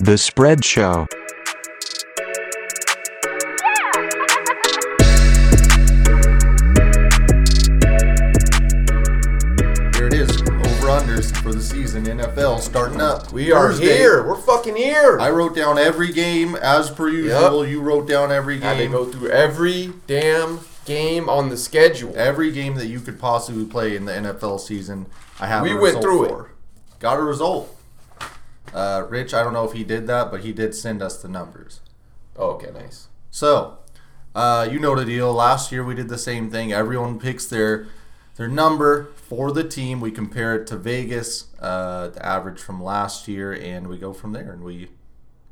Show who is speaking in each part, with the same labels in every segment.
Speaker 1: The Spread Show.
Speaker 2: Here it is, over unders for the season. NFL starting up.
Speaker 3: We are
Speaker 2: Thursday.
Speaker 3: here. We're fucking here.
Speaker 2: I wrote down every game as per usual. You wrote down every
Speaker 3: had to
Speaker 2: game,
Speaker 3: go through every damn game on the schedule.
Speaker 2: every game that you could possibly play in the NFL season. I have.
Speaker 3: We
Speaker 2: a
Speaker 3: went
Speaker 2: result
Speaker 3: through it.
Speaker 2: for. Got a result. Uh, Rich, I don't know if he did that, but he did send us the numbers.
Speaker 3: Oh, okay, nice.
Speaker 2: So, uh, you know the deal. Last year we did the same thing. Everyone picks their their number for the team. We compare it to Vegas, uh, the average from last year, and we go from there and we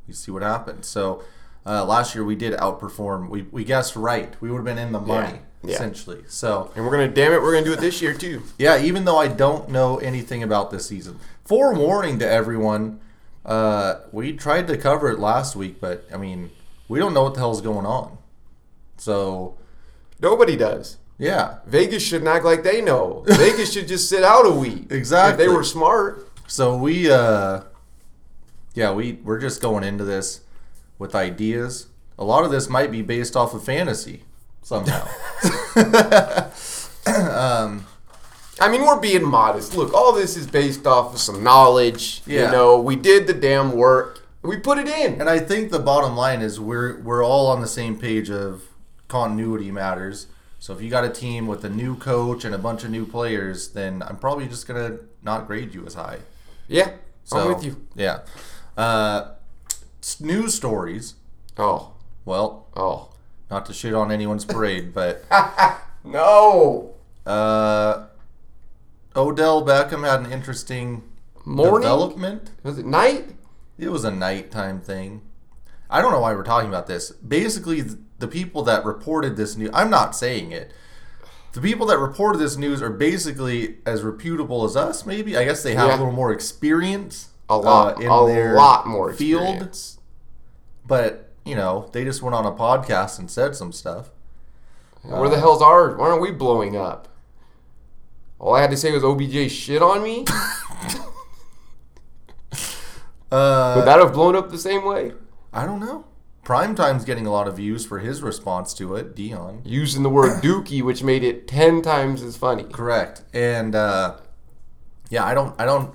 Speaker 2: we see what happens. So, uh, last year we did outperform. We we guessed right. We would have been in the money
Speaker 3: Yeah.
Speaker 2: essentially. So
Speaker 3: And we're gonna damn it, we're gonna do it this year too.
Speaker 2: yeah, even though I don't know anything about this season. Forewarning to everyone, uh, we tried to cover it last week, but I mean, we don't know what the hell's going on. So,
Speaker 3: Nobody does.
Speaker 2: yeah.
Speaker 3: Vegas shouldn't act like they know. Vegas should just sit out a week.
Speaker 2: Exactly.
Speaker 3: If they were smart.
Speaker 2: So we uh yeah, we we're just going into this with ideas. A lot of this might be based off of fantasy somehow.
Speaker 3: I mean, we're being modest. Look, all this is based off of some knowledge.
Speaker 2: Yeah.
Speaker 3: You know, we did the damn work. We put it in.
Speaker 2: and I think the bottom line is we're we're all on the same page of continuity matters. So if you got a team with a new coach and a bunch of new players, then I'm probably just gonna not grade you as high.
Speaker 3: yeah.
Speaker 2: So,
Speaker 3: I'm with you.
Speaker 2: Yeah. Uh, s- news stories.
Speaker 3: Oh.
Speaker 2: Well,
Speaker 3: Oh.
Speaker 2: not to shit on anyone's parade, but
Speaker 3: No.
Speaker 2: uh, Odell Beckham had an interesting
Speaker 3: Morning?
Speaker 2: development.
Speaker 3: Was it night?
Speaker 2: It was a nighttime thing. I don't know why we're talking about this. Basically, th- the people that reported this news, I'm not saying it. The people that reported this news are basically as reputable as us, maybe. I guess they have a
Speaker 3: Yeah.
Speaker 2: little more experience. uh,
Speaker 3: A lot- a lot more experience.
Speaker 2: But, you know, they just went on a podcast and said some stuff.
Speaker 3: Where
Speaker 2: Uh,
Speaker 3: the hell's ours? Why aren't we blowing up? All I had to say was OBJ shit on me.
Speaker 2: Uh,
Speaker 3: Would that have blown up the same way?
Speaker 2: I don't know. Primetime's getting a lot of views for his response to it, Dion.
Speaker 3: Using the word dookie, which made it ten times as funny.
Speaker 2: Correct. And uh, yeah, I don't, I don't,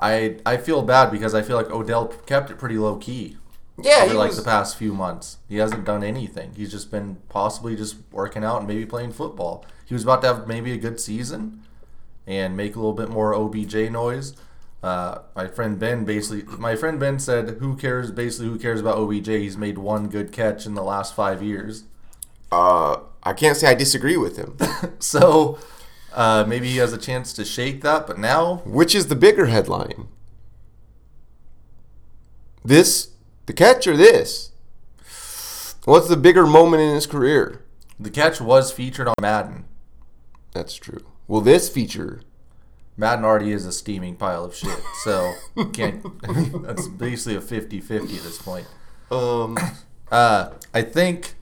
Speaker 2: I, I feel bad because I feel like Odell kept it pretty low key
Speaker 3: Yeah,
Speaker 2: over
Speaker 3: he
Speaker 2: like
Speaker 3: was,
Speaker 2: the past few months. He hasn't done anything. He's just been possibly just working out and maybe playing football. He was about to have maybe a good season and make a little bit more OBJ noise. Uh, my friend Ben basically, my friend Ben said, "Who cares? Basically, who cares about OBJ? He's made one good catch in the last five years."
Speaker 3: uh, I can't say I disagree with him.
Speaker 2: So uh, maybe he has a chance to shake that, but now
Speaker 3: which is the bigger headline? This, the catch, or this? What's the bigger moment in his career?
Speaker 2: the catch was featured on Madden.
Speaker 3: That's true. Will this feature?
Speaker 2: Madden already is a steaming pile of shit, so you can't. that's basically a 50 50 at this point.
Speaker 3: Um,
Speaker 2: Uh, I think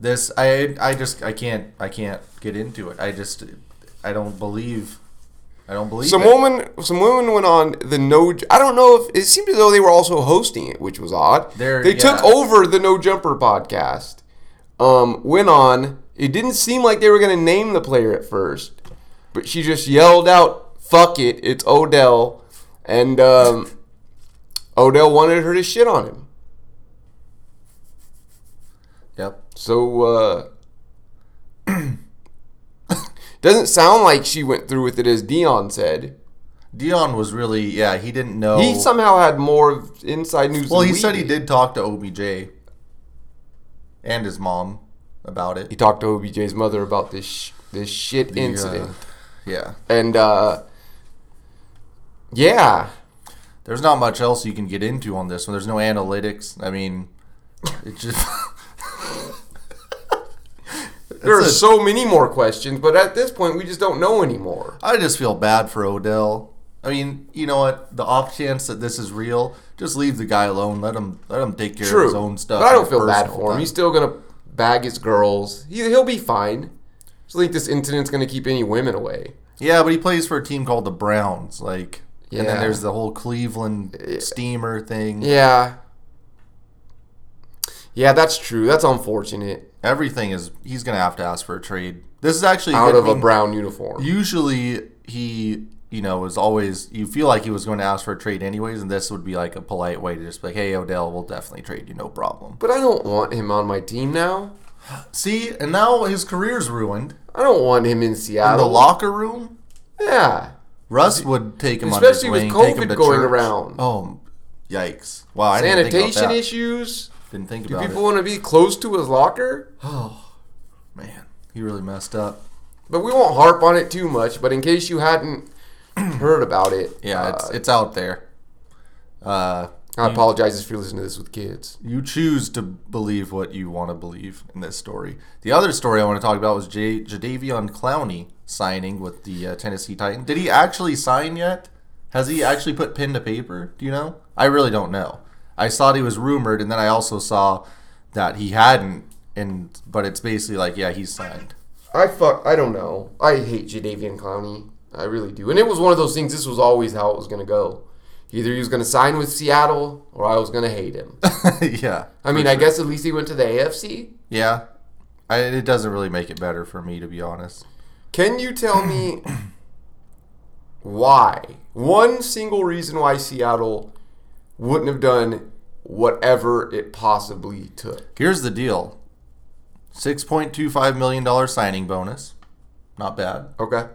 Speaker 2: this. I I just I can't I can't get into it. I just I don't believe. I don't believe.
Speaker 3: Some
Speaker 2: it.
Speaker 3: woman, some women went on the no. I don't know if it seemed as though they were also hosting it, which was odd.
Speaker 2: They're-
Speaker 3: they took
Speaker 2: yeah.
Speaker 3: over the No Jumper podcast. Um, went on. It didn't seem like they were going to name the player at first, but she just yelled out, "Fuck it, it's Odell," and um, Odell wanted her to shit on him.
Speaker 2: Yep.
Speaker 3: So uh doesn't sound like she went through with it as Dion said.
Speaker 2: Dion was really yeah. He didn't know.
Speaker 3: He somehow had more of inside news.
Speaker 2: Oh. well,
Speaker 3: than
Speaker 2: he
Speaker 3: we
Speaker 2: said he did talk to OBJ and his mom about it.
Speaker 3: He talked to OBJ's mother about this sh- this shit
Speaker 2: uh,
Speaker 3: incident,
Speaker 2: yeah.
Speaker 3: and uh, yeah,
Speaker 2: there's not much else you can get into on this one. There's no analytics. I mean, it just
Speaker 3: there are
Speaker 2: a-
Speaker 3: so many more questions, but at this point, we just don't know anymore.
Speaker 2: I just feel bad for Odell. I mean, you know what? The off chance that this is real, just leave the guy alone. Let him let him take care of
Speaker 3: True,
Speaker 2: his own stuff.
Speaker 3: but I
Speaker 2: in
Speaker 3: don't
Speaker 2: his
Speaker 3: feel bad
Speaker 2: personal
Speaker 3: for him.
Speaker 2: time.
Speaker 3: He's still gonna bag his girls. He, he'll be fine. I just think this incident's gonna keep any women away.
Speaker 2: yeah, but he plays for a team called the Browns. Like, And then
Speaker 3: Yeah.
Speaker 2: there's the whole Cleveland steamer thing.
Speaker 3: Yeah. Yeah, that's true. That's unfortunate.
Speaker 2: Everything is he's gonna have to ask for a trade. This is actually
Speaker 3: Out
Speaker 2: good.
Speaker 3: of
Speaker 2: I
Speaker 3: a
Speaker 2: mean,
Speaker 3: brown uniform.
Speaker 2: usually he you know is always you feel like he was going to ask for a trade anyways, and this would be like a polite way to just be like, hey Odell, we'll definitely trade you, no problem.
Speaker 3: But I don't want him on my team now.
Speaker 2: See, and now his career's ruined.
Speaker 3: I don't want him in Seattle.
Speaker 2: In the locker room,
Speaker 3: Yeah.
Speaker 2: Russ would take him
Speaker 3: Especially
Speaker 2: under
Speaker 3: with
Speaker 2: his wing, take him
Speaker 3: COVID
Speaker 2: to
Speaker 3: going
Speaker 2: church.
Speaker 3: around.
Speaker 2: Oh, yikes! Wow, I didn't think about
Speaker 3: Sanitation
Speaker 2: that.
Speaker 3: issues.
Speaker 2: Didn't think
Speaker 3: Do
Speaker 2: about
Speaker 3: people
Speaker 2: it.
Speaker 3: want to be close to his locker?
Speaker 2: Oh man, he really messed up.
Speaker 3: But we won't harp on it too much. But in case you hadn't heard about it,
Speaker 2: Yeah,
Speaker 3: uh,
Speaker 2: it's it's out there. Uh,
Speaker 3: I apologize if you're listening to this with kids.
Speaker 2: you choose to believe what you want to believe in this story. The other story I want to talk about was J- Jadavion Clowney signing with the uh, Tennessee Titans. Did he actually sign yet? Has he actually put pen to paper? Do you know? I really don't know. I saw he was rumored, and then I also saw that he hadn't. And but it's basically like, yeah, he's signed.
Speaker 3: I fuck. I don't know. I hate Jadavian Clowney. I really do. And it was one of those things. This was always how it was gonna go. Either he was gonna sign with Seattle, or I was gonna hate him.
Speaker 2: yeah,
Speaker 3: I mean, I guess at least he went to the AFC.
Speaker 2: yeah. I, it doesn't really make it better for me, to be honest.
Speaker 3: Can you tell me why? One single reason why Seattle wouldn't have done whatever it possibly took.
Speaker 2: Here's the deal: six point two five million dollar signing bonus. Not bad.
Speaker 3: Okay.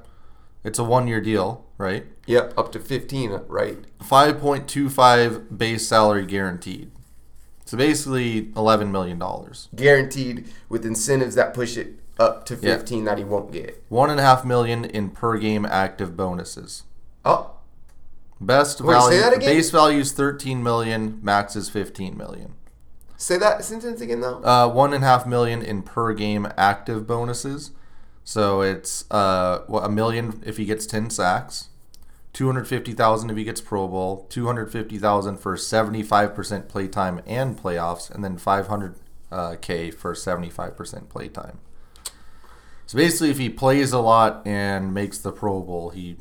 Speaker 2: It's a one year deal, right?
Speaker 3: Yep, up to 15, right?
Speaker 2: 5.25 base salary guaranteed. So basically $11 million.
Speaker 3: Guaranteed with incentives that push it up to
Speaker 2: Yeah.
Speaker 3: 15 that he won't get.
Speaker 2: $1.5 million in per game active bonuses.
Speaker 3: Oh,
Speaker 2: Best
Speaker 3: Wait,
Speaker 2: value
Speaker 3: say that again?
Speaker 2: base value is 13 million, max is 15 million.
Speaker 3: say that sentence again, though.
Speaker 2: Uh, one and a half million in per game active bonuses. So it's uh what, a million if he gets 10 sacks, 250,000 if he gets Pro Bowl, 250,000 for 75% playtime and playoffs and then 500 uh, K for 75% playtime. So basically if he plays a lot and makes the Pro Bowl, he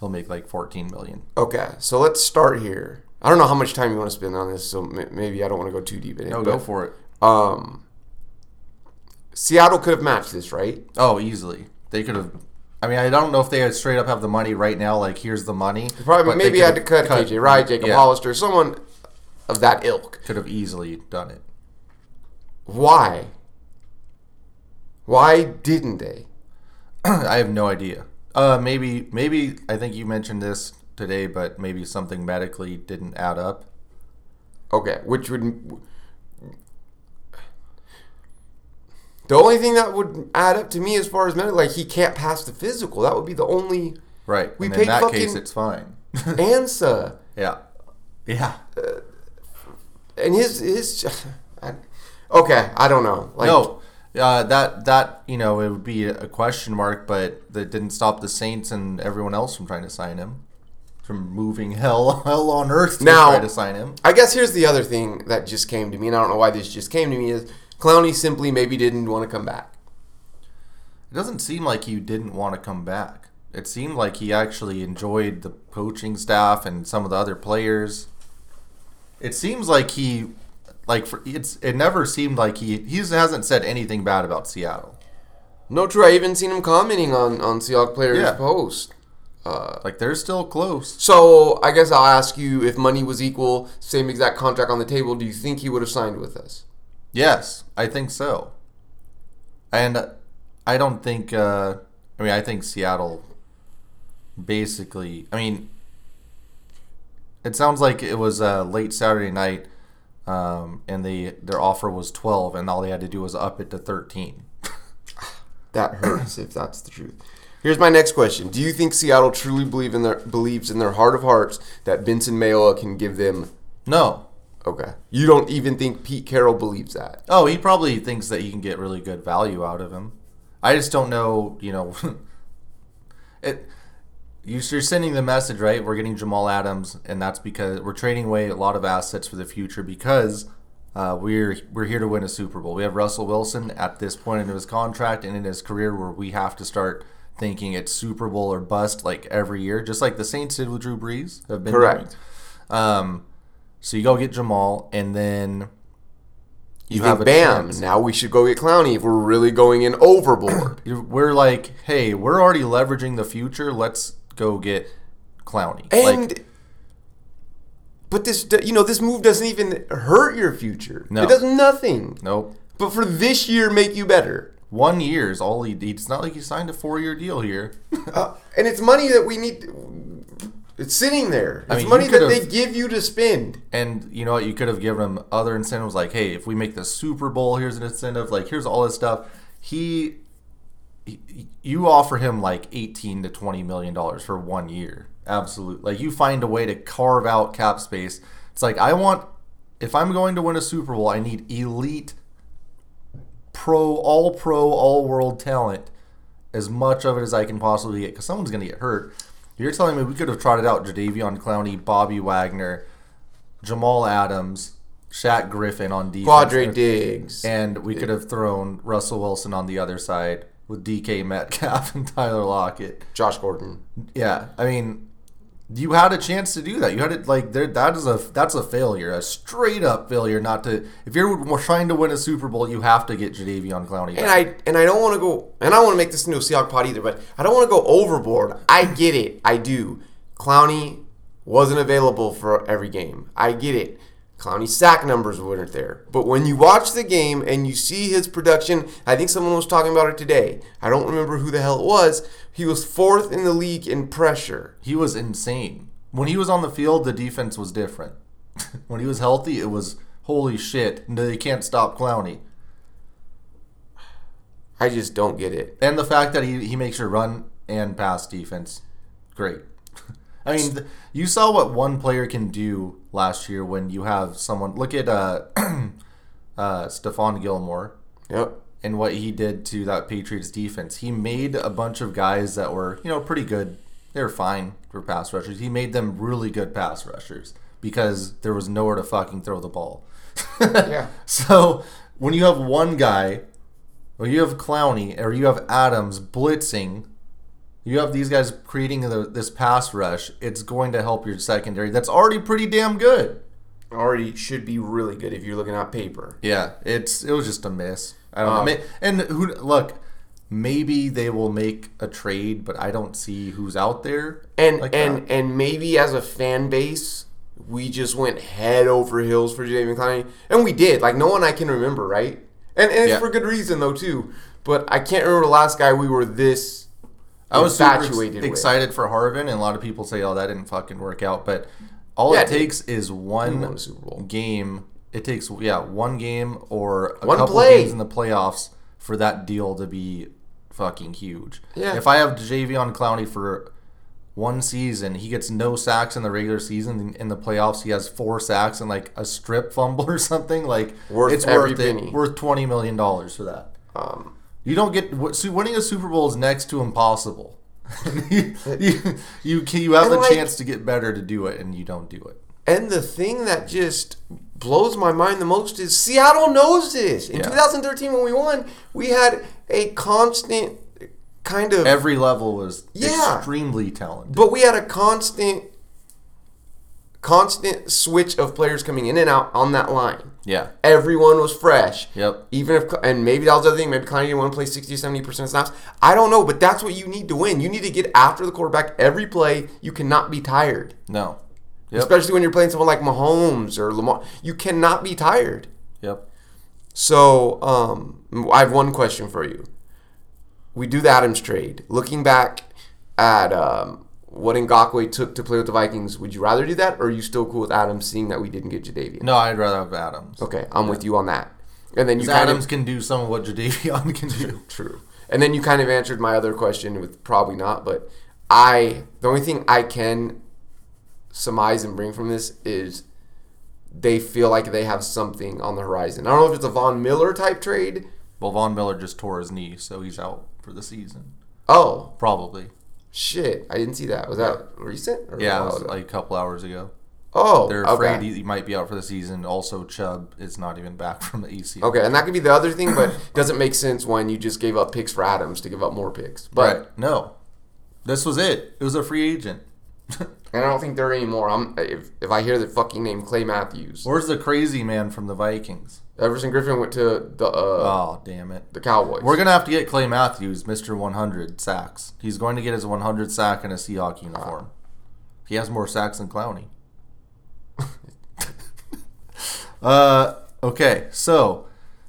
Speaker 2: he'll make like 14 million.
Speaker 3: Okay, so let's start here. I don't know how much time you want to spend on this, so m- maybe I don't want to go too deep in it.
Speaker 2: No,
Speaker 3: but,
Speaker 2: go for it.
Speaker 3: Um, Seattle could have matched this, right?
Speaker 2: Oh, easily. They could have. I mean, I don't know if they had straight up have the money right now. Like, here's the money.
Speaker 3: Probably
Speaker 2: but they
Speaker 3: maybe
Speaker 2: could
Speaker 3: had to
Speaker 2: have
Speaker 3: cut, KJ Wright, Jacob
Speaker 2: yeah,
Speaker 3: Hollister, someone of that ilk.
Speaker 2: Could have easily done it.
Speaker 3: Why? Why didn't they?
Speaker 2: I have no idea. Uh, maybe, maybe I think you mentioned this today, but maybe something medically didn't add up.
Speaker 3: Okay, which would the only thing that would add up to me as far as medical, like he can't pass the physical. That would be the only
Speaker 2: Right.
Speaker 3: We
Speaker 2: and
Speaker 3: paid
Speaker 2: in that case,
Speaker 3: fucking-
Speaker 2: it's fine.
Speaker 3: answer.
Speaker 2: yeah. Yeah.
Speaker 3: And his his, I, okay, I don't know. Like,
Speaker 2: no, uh, that that you know it would be a question mark, but that didn't stop the Saints and everyone else from trying to sign him, from moving hell hell on earth to
Speaker 3: Now-
Speaker 2: try to sign him.
Speaker 3: I guess here's the other thing that just came to me, and I don't know why this just came to me is Clowney simply maybe didn't want to come back.
Speaker 2: It doesn't seem like he didn't want to come back. It seemed like he actually enjoyed the coaching staff and some of the other players. It seems like he, like for, it's it never seemed like he he just hasn't said anything bad about Seattle.
Speaker 3: No, true. I even seen him commenting on on Seahawk players'
Speaker 2: Yeah.
Speaker 3: post. Uh,
Speaker 2: Like they're still close.
Speaker 3: so I guess I'll ask you if money was equal, same exact contract on the table. Do you think he would have signed with us?
Speaker 2: Yes, I think so. And uh, I don't think. Uh, I mean, I think Seattle. Basically, I mean, it sounds like it was uh, late Saturday night, um, and they their offer was twelve, and all they had to do was up it to thirteen.
Speaker 3: That hurts if that's the truth. Here's my next question: Do you think Seattle truly believe in their believes in their heart of hearts that Benson Mayoa can give them?
Speaker 2: No.
Speaker 3: Okay, you don't even think Pete Carroll believes that.
Speaker 2: Oh, he probably thinks that he can get really good value out of him. I just don't know. You know, it. you- You're sending the message, right? We're getting Jamal Adams, and that's because we're trading away a lot of assets for the future because uh, we're we're here to win a Super Bowl. We have Russell Wilson at this point in his contract and in his career where we have to start thinking it's Super Bowl or bust like every year, just like the Saints did with Drew Brees have been
Speaker 3: Correct.
Speaker 2: doing. Um, so you go get Jamal, and then
Speaker 3: You,
Speaker 2: have
Speaker 3: think,
Speaker 2: a
Speaker 3: bam,
Speaker 2: chance.
Speaker 3: now we should go get Clowney if we're really going in overboard.
Speaker 2: you're- we're like, hey, we're already leveraging the future. Let's go get Clowney.
Speaker 3: and
Speaker 2: like,
Speaker 3: but this do- you know this move doesn't even hurt your future.
Speaker 2: No.
Speaker 3: It does nothing.
Speaker 2: nope.
Speaker 3: But for this year, make you better.
Speaker 2: One year is all he. It's not like he signed a four-year deal here.
Speaker 3: Uh, and it's money that we need. It's sitting there. It's
Speaker 2: mean, you
Speaker 3: money that
Speaker 2: could've-
Speaker 3: they give you to spend.
Speaker 2: And you know what? You could have given him other incentives, like, hey, if we make the Super Bowl, here's an incentive. Like, here's all this stuff. He, he- you offer him like eighteen to twenty million dollars for one year. Absolute. Like, you find a way to carve out cap space. It's like I want. If I'm going to win a Super Bowl, I need elite, pro, all pro, all world talent, as much of it as I can possibly get, because someone's going to get hurt. You're telling me we could have trotted out Jadavion Clowney, Bobby Wagner, Jamal Adams, Shaq Griffin on defense.
Speaker 3: Padre Diggs.
Speaker 2: And we could have thrown Russell Wilson on the other side with DK Metcalf and Tyler Lockett.
Speaker 3: Josh Gordon.
Speaker 2: Yeah, I mean, you had a chance to do that. You had it like there. That is a that's a failure, a straight up failure. Not to if you're trying to win a Super Bowl, you have to get Jadavion Clowney.
Speaker 3: And I and I don't want to go and I don't want to make this into a Seahawk pod either, but I don't want to go overboard. I get it. I do. Clowney wasn't available for every game. I get it. Clowney's sack numbers weren't there. But when you watch the game and you see his production, I think someone was talking about it today. I don't remember who the hell it was. He was fourth in the league in pressure.
Speaker 2: he was insane when he was on the field. The defense was different. when he was healthy, it was holy shit. No, they can't stop Clowney.
Speaker 3: I just don't get it.
Speaker 2: And the fact that he, he makes your run and pass defense great. I mean, th- you saw what one player can do last year when you have someone. Look at uh, uh, Stephon Gilmore
Speaker 3: Yep.
Speaker 2: and what he did to that Patriots defense. He made a bunch of guys that were, you know, pretty good. They were fine for pass rushers. He made them really good pass rushers because there was nowhere to fucking throw the ball.
Speaker 3: Yeah.
Speaker 2: So when you have one guy, or you have Clowney, or you have Adams blitzing, you have these guys creating the, this pass rush. It's going to help your secondary. That's already pretty damn good.
Speaker 3: Already should be really good if you're looking at paper.
Speaker 2: Yeah, it's it was just a miss. I don't know. Ma- And who look? Maybe they will make a trade, but I don't see who's out there.
Speaker 3: And
Speaker 2: like
Speaker 3: and
Speaker 2: that.
Speaker 3: and maybe as a fan base, we just went head over heels for Jadavion Clowney, and we did. Like no one I can remember, right? And, and it's
Speaker 2: Yeah.
Speaker 3: for good reason though too. But I can't remember the last guy we were this
Speaker 2: I was super ex-
Speaker 3: infatuated with.
Speaker 2: excited for Harvin, and a lot of people say, "Oh, that didn't fucking work out." But all
Speaker 3: Yeah,
Speaker 2: it
Speaker 3: it did.
Speaker 2: takes is one
Speaker 3: We won a Super Bowl.
Speaker 2: game. It takes yeah one game or a
Speaker 3: One
Speaker 2: couple
Speaker 3: play.
Speaker 2: games in the playoffs for that deal to be fucking huge.
Speaker 3: Yeah.
Speaker 2: If I have Javion Clowney for one season, he gets no sacks in the regular season. In- In the playoffs, he has four sacks and like a strip fumble or something. Like
Speaker 3: Worth
Speaker 2: it's
Speaker 3: every
Speaker 2: worth
Speaker 3: penny.
Speaker 2: it. Worth twenty million dollars for that.
Speaker 3: Um,
Speaker 2: You don't get what- see, winning a Super Bowl is next to impossible. you, you, you can- you have
Speaker 3: And
Speaker 2: the
Speaker 3: like-
Speaker 2: chance to get better to do it, and you don't do it.
Speaker 3: And the thing that just blows my mind the most is Seattle knows this. In
Speaker 2: Yeah.
Speaker 3: 2013, when we won, we had a constant kind of
Speaker 2: Every level was
Speaker 3: Yeah.
Speaker 2: extremely talented.
Speaker 3: But we had a constant, constant switch of players coming in and out on that line.
Speaker 2: Yeah.
Speaker 3: Everyone was fresh.
Speaker 2: Yep.
Speaker 3: Even if, and maybe that was the other thing. Maybe Connie didn't want to play 60 or 70% of snaps. I don't know, but that's what you need to win. You need to get after the quarterback every play. You cannot be tired,
Speaker 2: No. Yep.
Speaker 3: especially when you're playing someone like Mahomes or Lamar. You cannot be tired.
Speaker 2: yep.
Speaker 3: So, um, I have one question for you. We do the Adams trade. Looking back at um, what Ngakwe took to play with the Vikings, would you rather do that, or are you still cool with Adams seeing that we didn't get Jadavian?
Speaker 2: No, I'd rather have Adams.
Speaker 3: Okay, I'm with you on that. And then you
Speaker 2: 'Cause
Speaker 3: kind
Speaker 2: Adams can do some of what Jadavion can do.
Speaker 3: of true. And then you kind of answered my other question with probably not, but I the only thing I can surmise and bring from this is they feel like they have something on the horizon. I don't know if it's a Von Miller type trade.
Speaker 2: Well, Von Miller just tore his knee, so he's out for the season.
Speaker 3: Oh,
Speaker 2: Probably.
Speaker 3: Shit, I didn't see that. Was that recent? Or
Speaker 2: Yeah, it
Speaker 3: a while
Speaker 2: was
Speaker 3: ago?
Speaker 2: like a couple hours ago.
Speaker 3: Oh,
Speaker 2: They're
Speaker 3: okay.
Speaker 2: afraid he, he might be out for the season. Also, Chubb is not even back from the ECU.
Speaker 3: Okay, and that could be the other thing, but doesn't make sense when you just gave up picks for Adams to give up more picks. But
Speaker 2: Right. No. This was it. It was a free agent.
Speaker 3: and I don't think there are any more. I'm if, if I hear the fucking name Clay Matthews,
Speaker 2: Where's the crazy man from the Vikings?
Speaker 3: Everson Griffin went to the uh,
Speaker 2: Oh, damn it.
Speaker 3: the Cowboys.
Speaker 2: We're going to have to get Clay Matthews, Mr. 100 sacks. He's going to get his 100 sack in a Seahawk uniform. He has more sacks than Clowney. uh, okay, so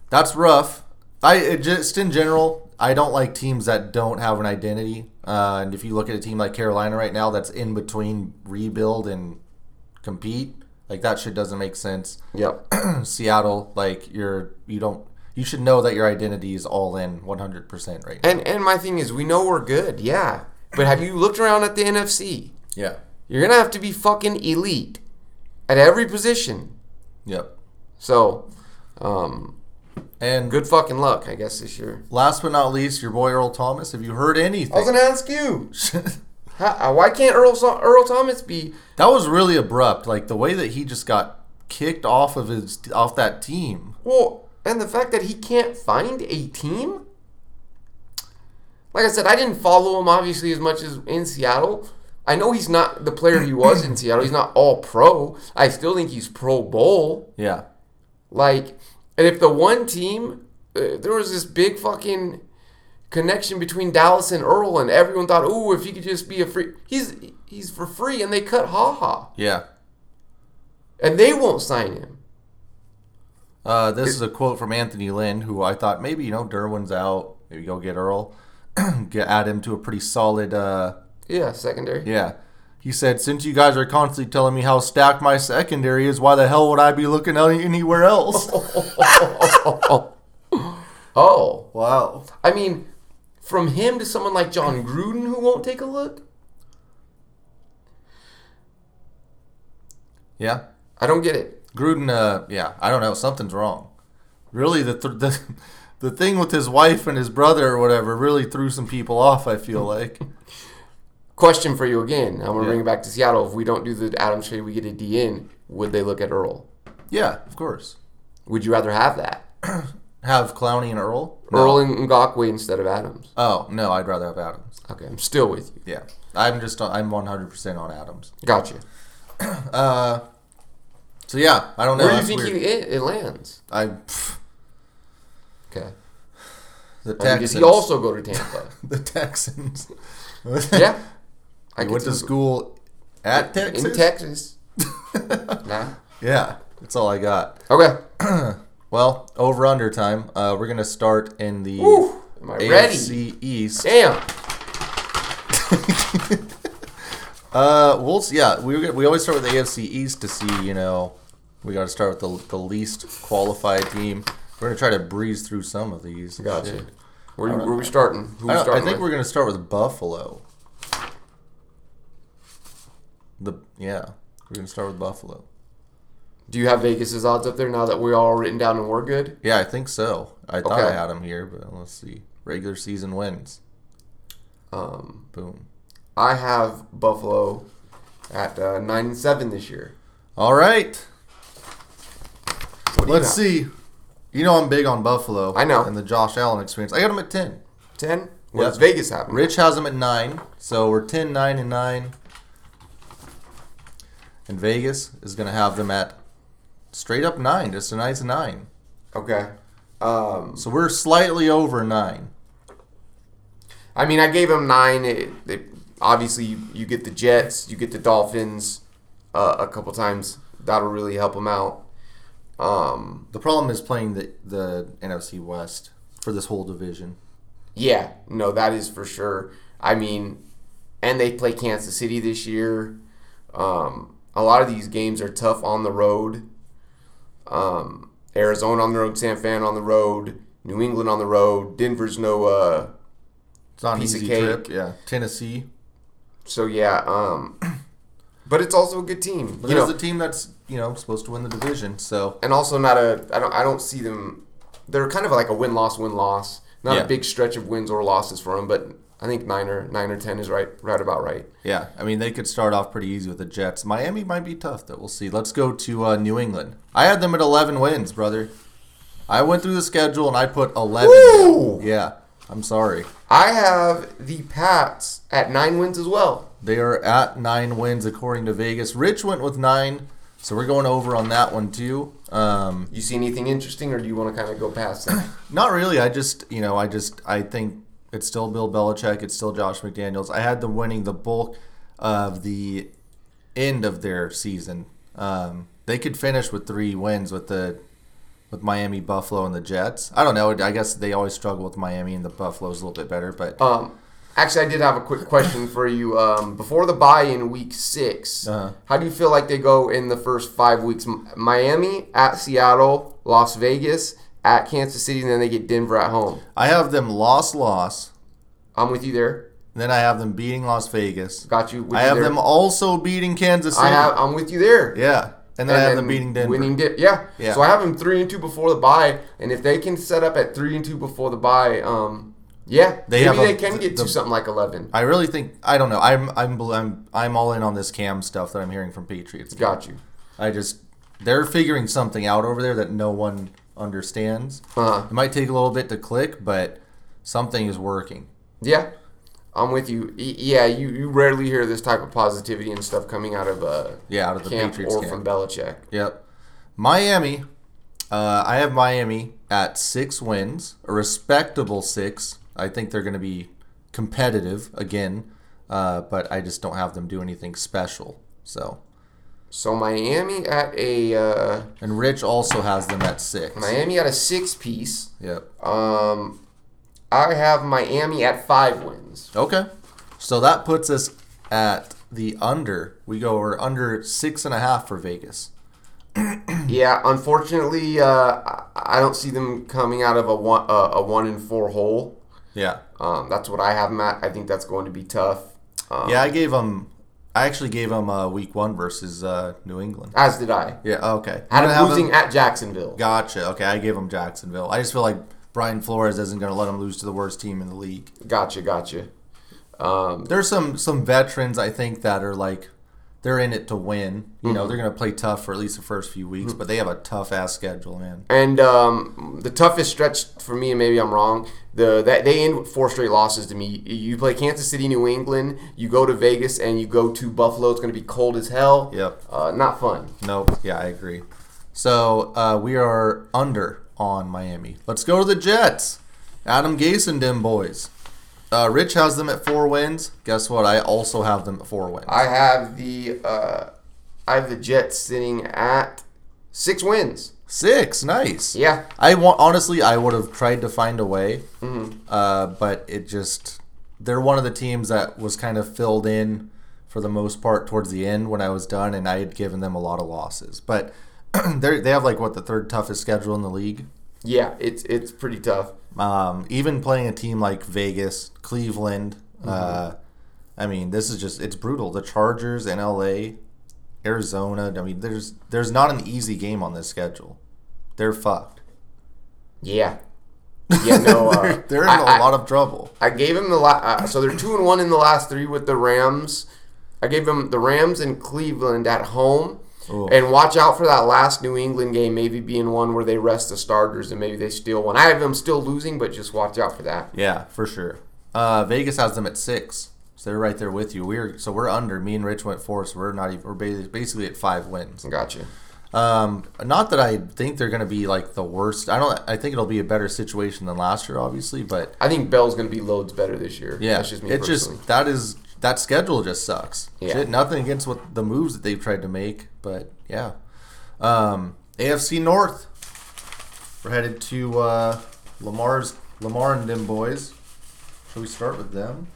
Speaker 2: that's rough. I it just in general, I don't like teams that don't have an identity. Uh, and if you look at a team like Carolina right now, that's in between rebuild and compete. Like that shit doesn't make sense.
Speaker 3: yep.
Speaker 2: Seattle, like you're you don't you should know that your identity is all in 100% right now.
Speaker 3: And and my thing is, we know we're good, yeah. But have you looked around at the NFC?
Speaker 2: Yeah.
Speaker 3: You're gonna have to be fucking elite at every position.
Speaker 2: Yep.
Speaker 3: So, um,
Speaker 2: And
Speaker 3: good fucking luck, I guess this year.
Speaker 2: last but not least, your boy Earl Thomas. Have you heard anything?
Speaker 3: I was gonna ask you, how, why can't Earl So- Earl Thomas be?
Speaker 2: that was really abrupt. Like the way that he just got kicked off of his off that team.
Speaker 3: Well, and the fact that he can't find a team? Like I said, I didn't follow him obviously as much as in Seattle. I know he's not the player he was in Seattle. He's not all pro. I still think he's pro bowl.
Speaker 2: Yeah.
Speaker 3: Like, and if the one team, uh, there was this big fucking connection between Dallas and Earl, and everyone thought, "Ooh, if he could just be a free, he's he's for free," and they cut Ha Ha,
Speaker 2: Yeah.
Speaker 3: and they won't sign him.
Speaker 2: Uh, this is a quote from Anthony Lynn, who I thought maybe you know Derwin's out, maybe go get Earl, get add him to a pretty solid. Uh,
Speaker 3: Yeah, secondary.
Speaker 2: yeah, he said, since you guys are constantly telling me how stacked my secondary is, why the hell would I be looking any- anywhere else?
Speaker 3: Oh.
Speaker 2: wow.
Speaker 3: I mean, from him to someone like John Gruden who won't take a look,
Speaker 2: Yeah,
Speaker 3: I don't get it.
Speaker 2: Gruden. Uh, yeah, I don't know. Something's wrong. Really, the th- the the thing with his wife and his brother or whatever really threw some people off. I feel
Speaker 3: Hmm.
Speaker 2: like.
Speaker 3: Question for you again. I'm gonna bring it back to Seattle. If we don't do the Adams trade, we get a DN. Would they look at Earl?
Speaker 2: yeah, of course.
Speaker 3: Would you rather have that
Speaker 2: Have Clowney and Earl. No.
Speaker 3: Earl and Ngakwe instead of Adams?
Speaker 2: Oh no, I'd rather have Adams.
Speaker 3: Okay, I'm still with you.
Speaker 2: Yeah, I'm just I'm 100% on Adams.
Speaker 3: Gotcha.
Speaker 2: Uh, so yeah, I don't know.
Speaker 3: Where do you
Speaker 2: that's
Speaker 3: think
Speaker 2: weird.
Speaker 3: he, it, it lands?
Speaker 2: I pff,
Speaker 3: Okay.
Speaker 2: the
Speaker 3: I mean, Does
Speaker 2: Texans.
Speaker 3: he also go to Tampa?
Speaker 2: the Texans.
Speaker 3: yeah. I
Speaker 2: I
Speaker 3: could
Speaker 2: went to
Speaker 3: see-
Speaker 2: school at Texas.
Speaker 3: in Texas. nah.
Speaker 2: yeah, that's all I got.
Speaker 3: Okay.
Speaker 2: Well, over under time. Uh, we're gonna start in the
Speaker 3: Woo. Am I ready?
Speaker 2: AFC East.
Speaker 3: Damn.
Speaker 2: Uh, we'll s- yeah, we were gonna- we always start with the AFC East to see you know we got to start with the the least qualified team. We're gonna try to breeze through some of these.
Speaker 3: Gotcha.
Speaker 2: Shit.
Speaker 3: Where, where we starting? Who
Speaker 2: I,
Speaker 3: we
Speaker 2: don't- I
Speaker 3: starting
Speaker 2: think
Speaker 3: with?
Speaker 2: we're gonna start with Buffalo. The yeah, we're gonna start with Buffalo.
Speaker 3: Do you have Vegas's odds up there now that we're all written down and we're good?
Speaker 2: Yeah, I think so. I thought I
Speaker 3: Okay.
Speaker 2: had him here, but let's see. Regular season wins.
Speaker 3: Um,
Speaker 2: Boom.
Speaker 3: I have Buffalo at uh, nine and seven this year.
Speaker 2: All right.
Speaker 3: What do you
Speaker 2: Let's
Speaker 3: got?
Speaker 2: see. You know I'm big on Buffalo.
Speaker 3: I know.
Speaker 2: And the Josh Allen experience. I got him at ten.
Speaker 3: Ten. What
Speaker 2: Yeah.
Speaker 3: does Vegas have?
Speaker 2: Rich has them at nine, so we're 10, 9, and nine. And Vegas is gonna have them at straight up nine, just a nice nine.
Speaker 3: Okay. Um,
Speaker 2: So we're slightly over nine.
Speaker 3: I mean, I gave him nine. It, it, obviously, you, you get the Jets, you get the Dolphins uh, a couple times. That'll really help him out. Um,
Speaker 2: The problem is playing the the NFC West for this whole division.
Speaker 3: Yeah, no, that is for sure. I mean, and they play Kansas City this year. Um, a lot of these games are tough on the road. Um, Arizona on the road, San Fran on the road, New England on the road, Denver's no. Uh,
Speaker 2: It's not an
Speaker 3: Piece of
Speaker 2: easy
Speaker 3: cake.
Speaker 2: trip. Yeah, Tennessee.
Speaker 3: so yeah, um, but it's also a good team,
Speaker 2: But
Speaker 3: you
Speaker 2: there's
Speaker 3: know.
Speaker 2: a team that's you know supposed to win the division. So
Speaker 3: and also not a. I don't. I don't see them. They're kind of like a win loss win loss. Not
Speaker 2: Yeah.
Speaker 3: a big stretch of wins or losses for them, but I think nine or nine or ten is right, right about right.
Speaker 2: Yeah, I mean they could start off pretty easy with the Jets. Miami might be tough, though. We'll see. Let's go to uh, New England. I had them at 11 wins, brother. I went through the schedule and I put 11.
Speaker 3: Woo!
Speaker 2: Yeah, I'm sorry.
Speaker 3: I have the Pats at nine wins as well.
Speaker 2: They are at nine wins according to Vegas. Rich went with nine, so we're going over on that one too. Um,
Speaker 3: You see anything interesting, or do you want to kind of go past that?
Speaker 2: not really. I just, you know, I just, I think it's still Bill Belichick. It's still Josh McDaniels. I had them winning the bulk of the end of their season. Um, they could finish with three wins with the with Miami, Buffalo, and the Jets. I don't know. I guess they always struggle with Miami and the Buffalo's a little bit better, but
Speaker 3: Um, actually, I did have a quick question for you. Um, before the bye in week 6
Speaker 2: Uh-huh.
Speaker 3: how do you feel like they go in the first five weeks? M- Miami at Seattle, Las Vegas at Kansas City, and then they get Denver at home.
Speaker 2: I have them loss, loss.
Speaker 3: I'm with you there.
Speaker 2: Then I have them beating Las Vegas.
Speaker 3: Got you. With
Speaker 2: I
Speaker 3: you
Speaker 2: have
Speaker 3: there.
Speaker 2: them also beating Kansas City.
Speaker 3: I have. I'm with you there.
Speaker 2: yeah, and then I have them beating Denver.
Speaker 3: Winning Di- yeah.
Speaker 2: Yeah.
Speaker 3: So I have them three and two before the bye, and if they can set up at three and two before the bye, um, yeah,
Speaker 2: They
Speaker 3: maybe
Speaker 2: have a-
Speaker 3: they can get
Speaker 2: the-
Speaker 3: to something like eleven.
Speaker 2: I really think I don't know. I'm I'm bel- I'm I'm all in on this Cam stuff that I'm hearing from Patriots.
Speaker 3: Got you.
Speaker 2: I just they're figuring something out over there that no one understands.
Speaker 3: Uh-huh.
Speaker 2: It might take a little bit to click, but something is working.
Speaker 3: Yeah, I'm with you. Y- Yeah, you, you rarely hear this type of positivity and stuff coming out of uh,
Speaker 2: Yeah, out of the
Speaker 3: camp
Speaker 2: Patriots
Speaker 3: or
Speaker 2: camp.
Speaker 3: from Belichick.
Speaker 2: Yep. Miami. Uh, I have Miami at six wins, a respectable six. I think they're going to be competitive again, uh, but I just don't have them do anything special. So,
Speaker 3: So Miami at a uh,
Speaker 2: and Rich also has them at six.
Speaker 3: Miami at a six piece.
Speaker 2: Yep.
Speaker 3: Um, I have Miami at five wins.
Speaker 2: Okay. So that puts us at the under. We go over under six and a half for Vegas.
Speaker 3: Yeah, unfortunately, uh, I I don't see them coming out of a one uh, a one and four hole.
Speaker 2: Yeah.
Speaker 3: Um, that's what I have them at. I think that's going to be tough. Um,
Speaker 2: Yeah, I gave them. I actually gave them uh, week one versus uh, New England.
Speaker 3: As did I.
Speaker 2: Yeah. Okay.
Speaker 3: Had
Speaker 2: You
Speaker 3: them
Speaker 2: have them-
Speaker 3: losing at Jacksonville.
Speaker 2: Gotcha. Okay, I gave him Jacksonville. I just feel like Brian Flores isn't going to let him lose to the worst team in the league.
Speaker 3: Gotcha, gotcha. Um,
Speaker 2: There's some some veterans I think that are like they're in it to win. You know, they're going to play tough for at least the first few weeks, but they have a tough ass schedule, man.
Speaker 3: And um, the toughest stretch for me, and maybe I'm wrong, the that they end with four straight losses to me. You play Kansas City, New England. You go to Vegas, and you go to Buffalo. It's going to be cold as hell.
Speaker 2: Yep.
Speaker 3: Uh, not fun.
Speaker 2: Nope. Yeah, I agree. So uh, we are under on Miami. Let's go to the Jets. Adam Gase and them boys. Uh, Rich has them at four wins. Guess what? I also have them at four wins.
Speaker 3: I have the uh, I have the Jets sitting at six wins.
Speaker 2: Six. Nice.
Speaker 3: Yeah.
Speaker 2: I want honestly, I would have tried to find a way, uh, but it just they're one of the teams that was kind of filled in for the most part towards the end when I was done, and I had given them a lot of losses. But they they have like what the third toughest schedule in the league.
Speaker 3: Yeah, it's it's pretty tough.
Speaker 2: Um, even playing a team like Vegas, Cleveland,
Speaker 3: Mm-hmm.
Speaker 2: uh, I mean, this is just it's brutal. The Chargers and LA, Arizona. I mean, there's there's not an easy game on this schedule. They're fucked.
Speaker 3: Yeah. Yeah. No. Uh,
Speaker 2: they're, they're in
Speaker 3: I-
Speaker 2: a
Speaker 3: I-
Speaker 2: lot of trouble.
Speaker 3: I gave him the la- uh, so they're two and one in the last three with the Rams. I gave him the Rams and Cleveland at home,
Speaker 2: Ooh.
Speaker 3: and watch out for that last New England game. Maybe being one where they rest the starters and maybe they steal one. I have them still losing, but just watch out for that.
Speaker 2: Yeah, for sure. Uh, Vegas has them at six, so they're right there with you. We're so we're under. Me and Rich went four, so we're not even. We're ba- basically at five wins.
Speaker 3: Gotcha.
Speaker 2: Um, not that I think they're going to be like the worst. I don't. I think it'll be a better situation than last year, obviously. But
Speaker 3: I think Bell's going to be loads better this year.
Speaker 2: yeah,
Speaker 3: that's just me
Speaker 2: it's
Speaker 3: personally.
Speaker 2: just that is that schedule just sucks.
Speaker 3: Yeah.
Speaker 2: Shit, nothing against what the moves that they've tried to make, but yeah. Um, AFC North. We're headed to uh, Lamar's Lamar and them boys. Shall we start with them?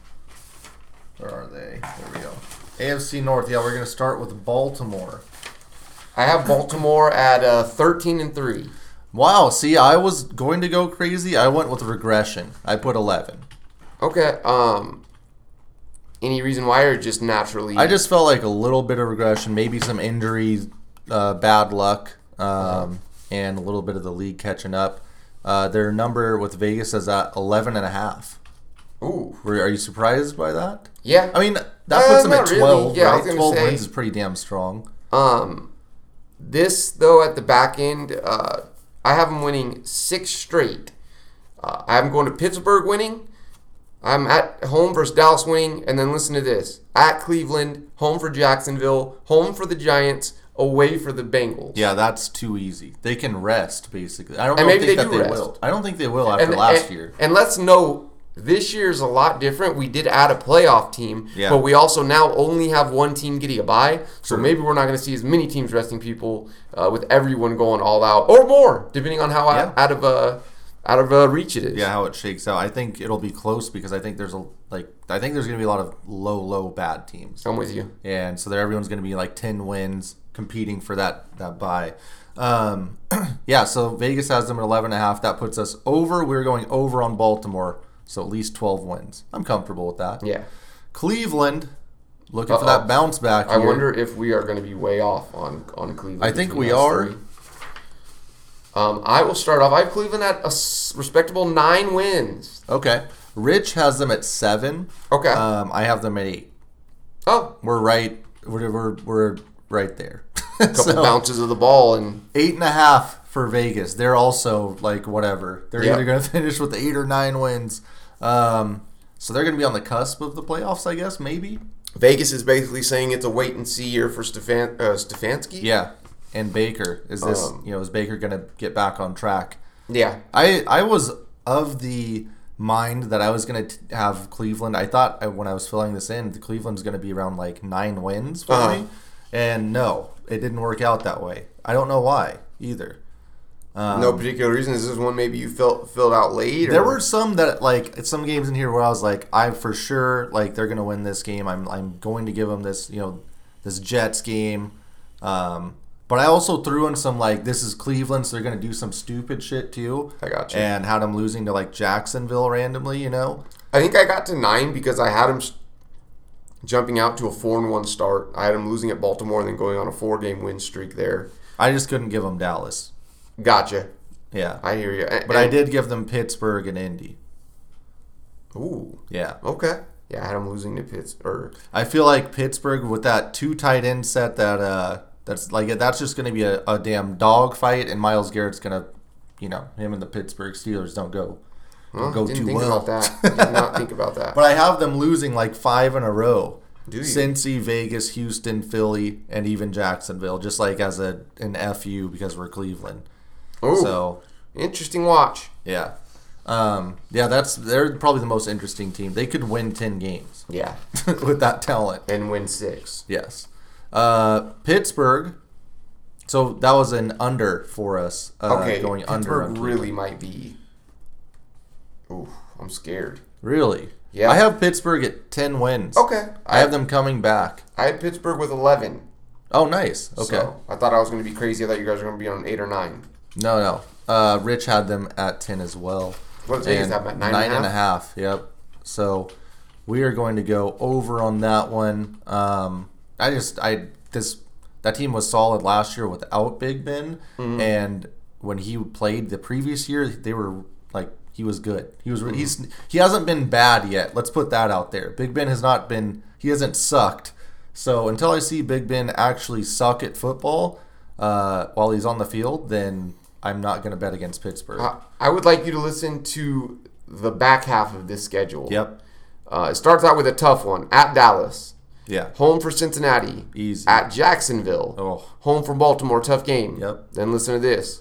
Speaker 2: Where are they? There we go. AFC North. Yeah, we're gonna start with Baltimore.
Speaker 3: I have Baltimore at uh, thirteen and three.
Speaker 2: Wow. See, I was going to go crazy. I went with regression. I put eleven.
Speaker 3: Okay. Um. Any reason why or just naturally?
Speaker 2: I just felt like a little bit of regression, maybe some injuries, uh, bad luck, um, and a little bit of the league catching up. Uh, their number with Vegas is at 11 and a half.
Speaker 3: Ooh.
Speaker 2: Were, are you surprised by that?
Speaker 3: Yeah.
Speaker 2: I mean, that
Speaker 3: Uh,
Speaker 2: puts him
Speaker 3: not
Speaker 2: at
Speaker 3: really.
Speaker 2: 12,
Speaker 3: Yeah, I was
Speaker 2: right?
Speaker 3: gonna
Speaker 2: 12
Speaker 3: say-
Speaker 2: wins is pretty damn strong.
Speaker 3: Um, this though at the back end, uh, I have them winning six straight. Uh, I'm going to Pittsburgh winning. I'm at home versus Dallas winning, and then listen to this: at Cleveland, home for Jacksonville, home for the Giants, away for the Bengals.
Speaker 2: Yeah, that's too easy. They can rest, basically. I don't
Speaker 3: And
Speaker 2: know
Speaker 3: maybe
Speaker 2: think
Speaker 3: they
Speaker 2: that
Speaker 3: do
Speaker 2: they
Speaker 3: rest.
Speaker 2: will. I don't think they will after
Speaker 3: and,
Speaker 2: last
Speaker 3: and-
Speaker 2: year.
Speaker 3: And let's know this year's a lot different. We did add a playoff team,
Speaker 2: Yeah.
Speaker 3: but we also now only have one team getting a bye. So maybe we're not going to see as many teams resting people uh, with everyone going all out or more, depending on how
Speaker 2: Yeah.
Speaker 3: out, out of uh, out of uh, reach it is.
Speaker 2: Yeah, how it shakes out. I think it'll be close because I think there's a like I think there's gonna be a lot of low, low bad teams.
Speaker 3: I'm with you.
Speaker 2: and so there everyone's going to be like 10 wins competing for that that buy um yeah so vegas has them at 11 and a half that puts us over we're going over on baltimore so at least 12 wins i'm comfortable with that
Speaker 3: Yeah.
Speaker 2: cleveland looking for
Speaker 3: Uh-oh.
Speaker 2: that bounce back
Speaker 3: I
Speaker 2: here.
Speaker 3: wonder if we are going to be way off on on Cleveland.
Speaker 2: I think
Speaker 3: between
Speaker 2: we
Speaker 3: us
Speaker 2: are.
Speaker 3: three. Um, I will start off. I have Cleveland at a s- respectable nine wins.
Speaker 2: okay rich has them at seven
Speaker 3: Okay.
Speaker 2: um i have them at eight
Speaker 3: oh,
Speaker 2: we're right we're we're, we're right there
Speaker 3: couple
Speaker 2: So-
Speaker 3: bounces of the ball and
Speaker 2: Eight and a half for Vegas. They're also like whatever. They're
Speaker 3: Yeah.
Speaker 2: either going to finish with eight or nine wins. Um, so they're going to be on the cusp of the playoffs, I guess. Maybe.
Speaker 3: Vegas is basically saying it's a wait and see year for Stefan, uh, Stefanski.
Speaker 2: Yeah. And Baker is this?
Speaker 3: Um,
Speaker 2: you know, is Baker going to get back on track?
Speaker 3: Yeah.
Speaker 2: I I was of the mind that I was going to have Cleveland. I thought I, when I was filling this in, the Cleveland's going to be around like nine wins for
Speaker 3: Uh-huh.
Speaker 2: me, and no, it didn't work out that way. I don't know why either.
Speaker 3: no particular reason. Is this one maybe you filled filled out late?
Speaker 2: Um,
Speaker 3: Or?
Speaker 2: There were some that like it's some games in here where I was like, I for sure like they're gonna win this game. I'm I'm going to give them this you know this Jets game. Um, but I also threw in some like this is Cleveland, so they're gonna do some stupid shit too.
Speaker 3: I got you.
Speaker 2: And had them losing to like Jacksonville randomly, you know.
Speaker 3: I think I got to nine because I had him s- jumping out to a four and one start. I had him losing at Baltimore and then going on a four game win streak there.
Speaker 2: I just couldn't give them Dallas.
Speaker 3: Gotcha.
Speaker 2: Yeah,
Speaker 3: I hear you.
Speaker 2: but I did give them Pittsburgh and Indy.
Speaker 3: Ooh.
Speaker 2: Yeah,
Speaker 3: Okay. Yeah, I had him losing to Pitts or
Speaker 2: I feel like Pittsburgh with that two tight end set that uh that's like that's just gonna be a, a damn dog fight and Miles Garrett's gonna you know, him and the Pittsburgh Steelers don't go don't
Speaker 3: Huh,
Speaker 2: go
Speaker 3: didn't
Speaker 2: too
Speaker 3: think
Speaker 2: well.
Speaker 3: about that. Did not think about that.
Speaker 2: But I have them losing like five in a row.
Speaker 3: Do you?
Speaker 2: Cincy, Vegas, Houston, Philly, and even Jacksonville, just like as a an FU because we're Cleveland.
Speaker 3: Ooh.
Speaker 2: So
Speaker 3: Interesting watch.
Speaker 2: yeah. Um, yeah, that's they're probably the most interesting team. They could win ten games
Speaker 3: Yeah.
Speaker 2: with that talent.
Speaker 3: And win six.
Speaker 2: Yes. Uh, Pittsburgh. So that was an under for us. Uh,
Speaker 3: Okay,
Speaker 2: Going under.
Speaker 3: Pittsburgh
Speaker 2: on Cleveland.
Speaker 3: really might be. Ooh, I'm scared.
Speaker 2: Really?
Speaker 3: Yeah.
Speaker 2: I have Pittsburgh at 10 wins.
Speaker 3: Okay,
Speaker 2: I have them coming back.
Speaker 3: I had Pittsburgh with 11.
Speaker 2: Oh, nice. Okay.
Speaker 3: So I thought I was going to be crazy. I thought you guys were going to be on eight or nine.
Speaker 2: No, no. Uh, Rich had them at 10 as well.
Speaker 3: What did Vegas
Speaker 2: And
Speaker 3: have them at? Nine
Speaker 2: nine
Speaker 3: and a
Speaker 2: and a half. Yep. So we are going to go over on that one. Um, I just I this that team was solid last year without Big Ben, and when he played the previous year, they were like he was good. He was he's he hasn't been bad yet. Let's put that out there. Big Ben has not been he hasn't sucked. So until I see Big Ben actually suck at football uh, while he's on the field, then I'm not going to bet against Pittsburgh.
Speaker 3: I, I would like you to listen to the back half of this schedule.
Speaker 2: Yep.
Speaker 3: Uh, it starts out with a tough one at Dallas,
Speaker 2: Yeah.
Speaker 3: home for Cincinnati,
Speaker 2: Easy.
Speaker 3: at Jacksonville,
Speaker 2: Oh.
Speaker 3: home for Baltimore, tough game.
Speaker 2: Yep.
Speaker 3: Then listen to this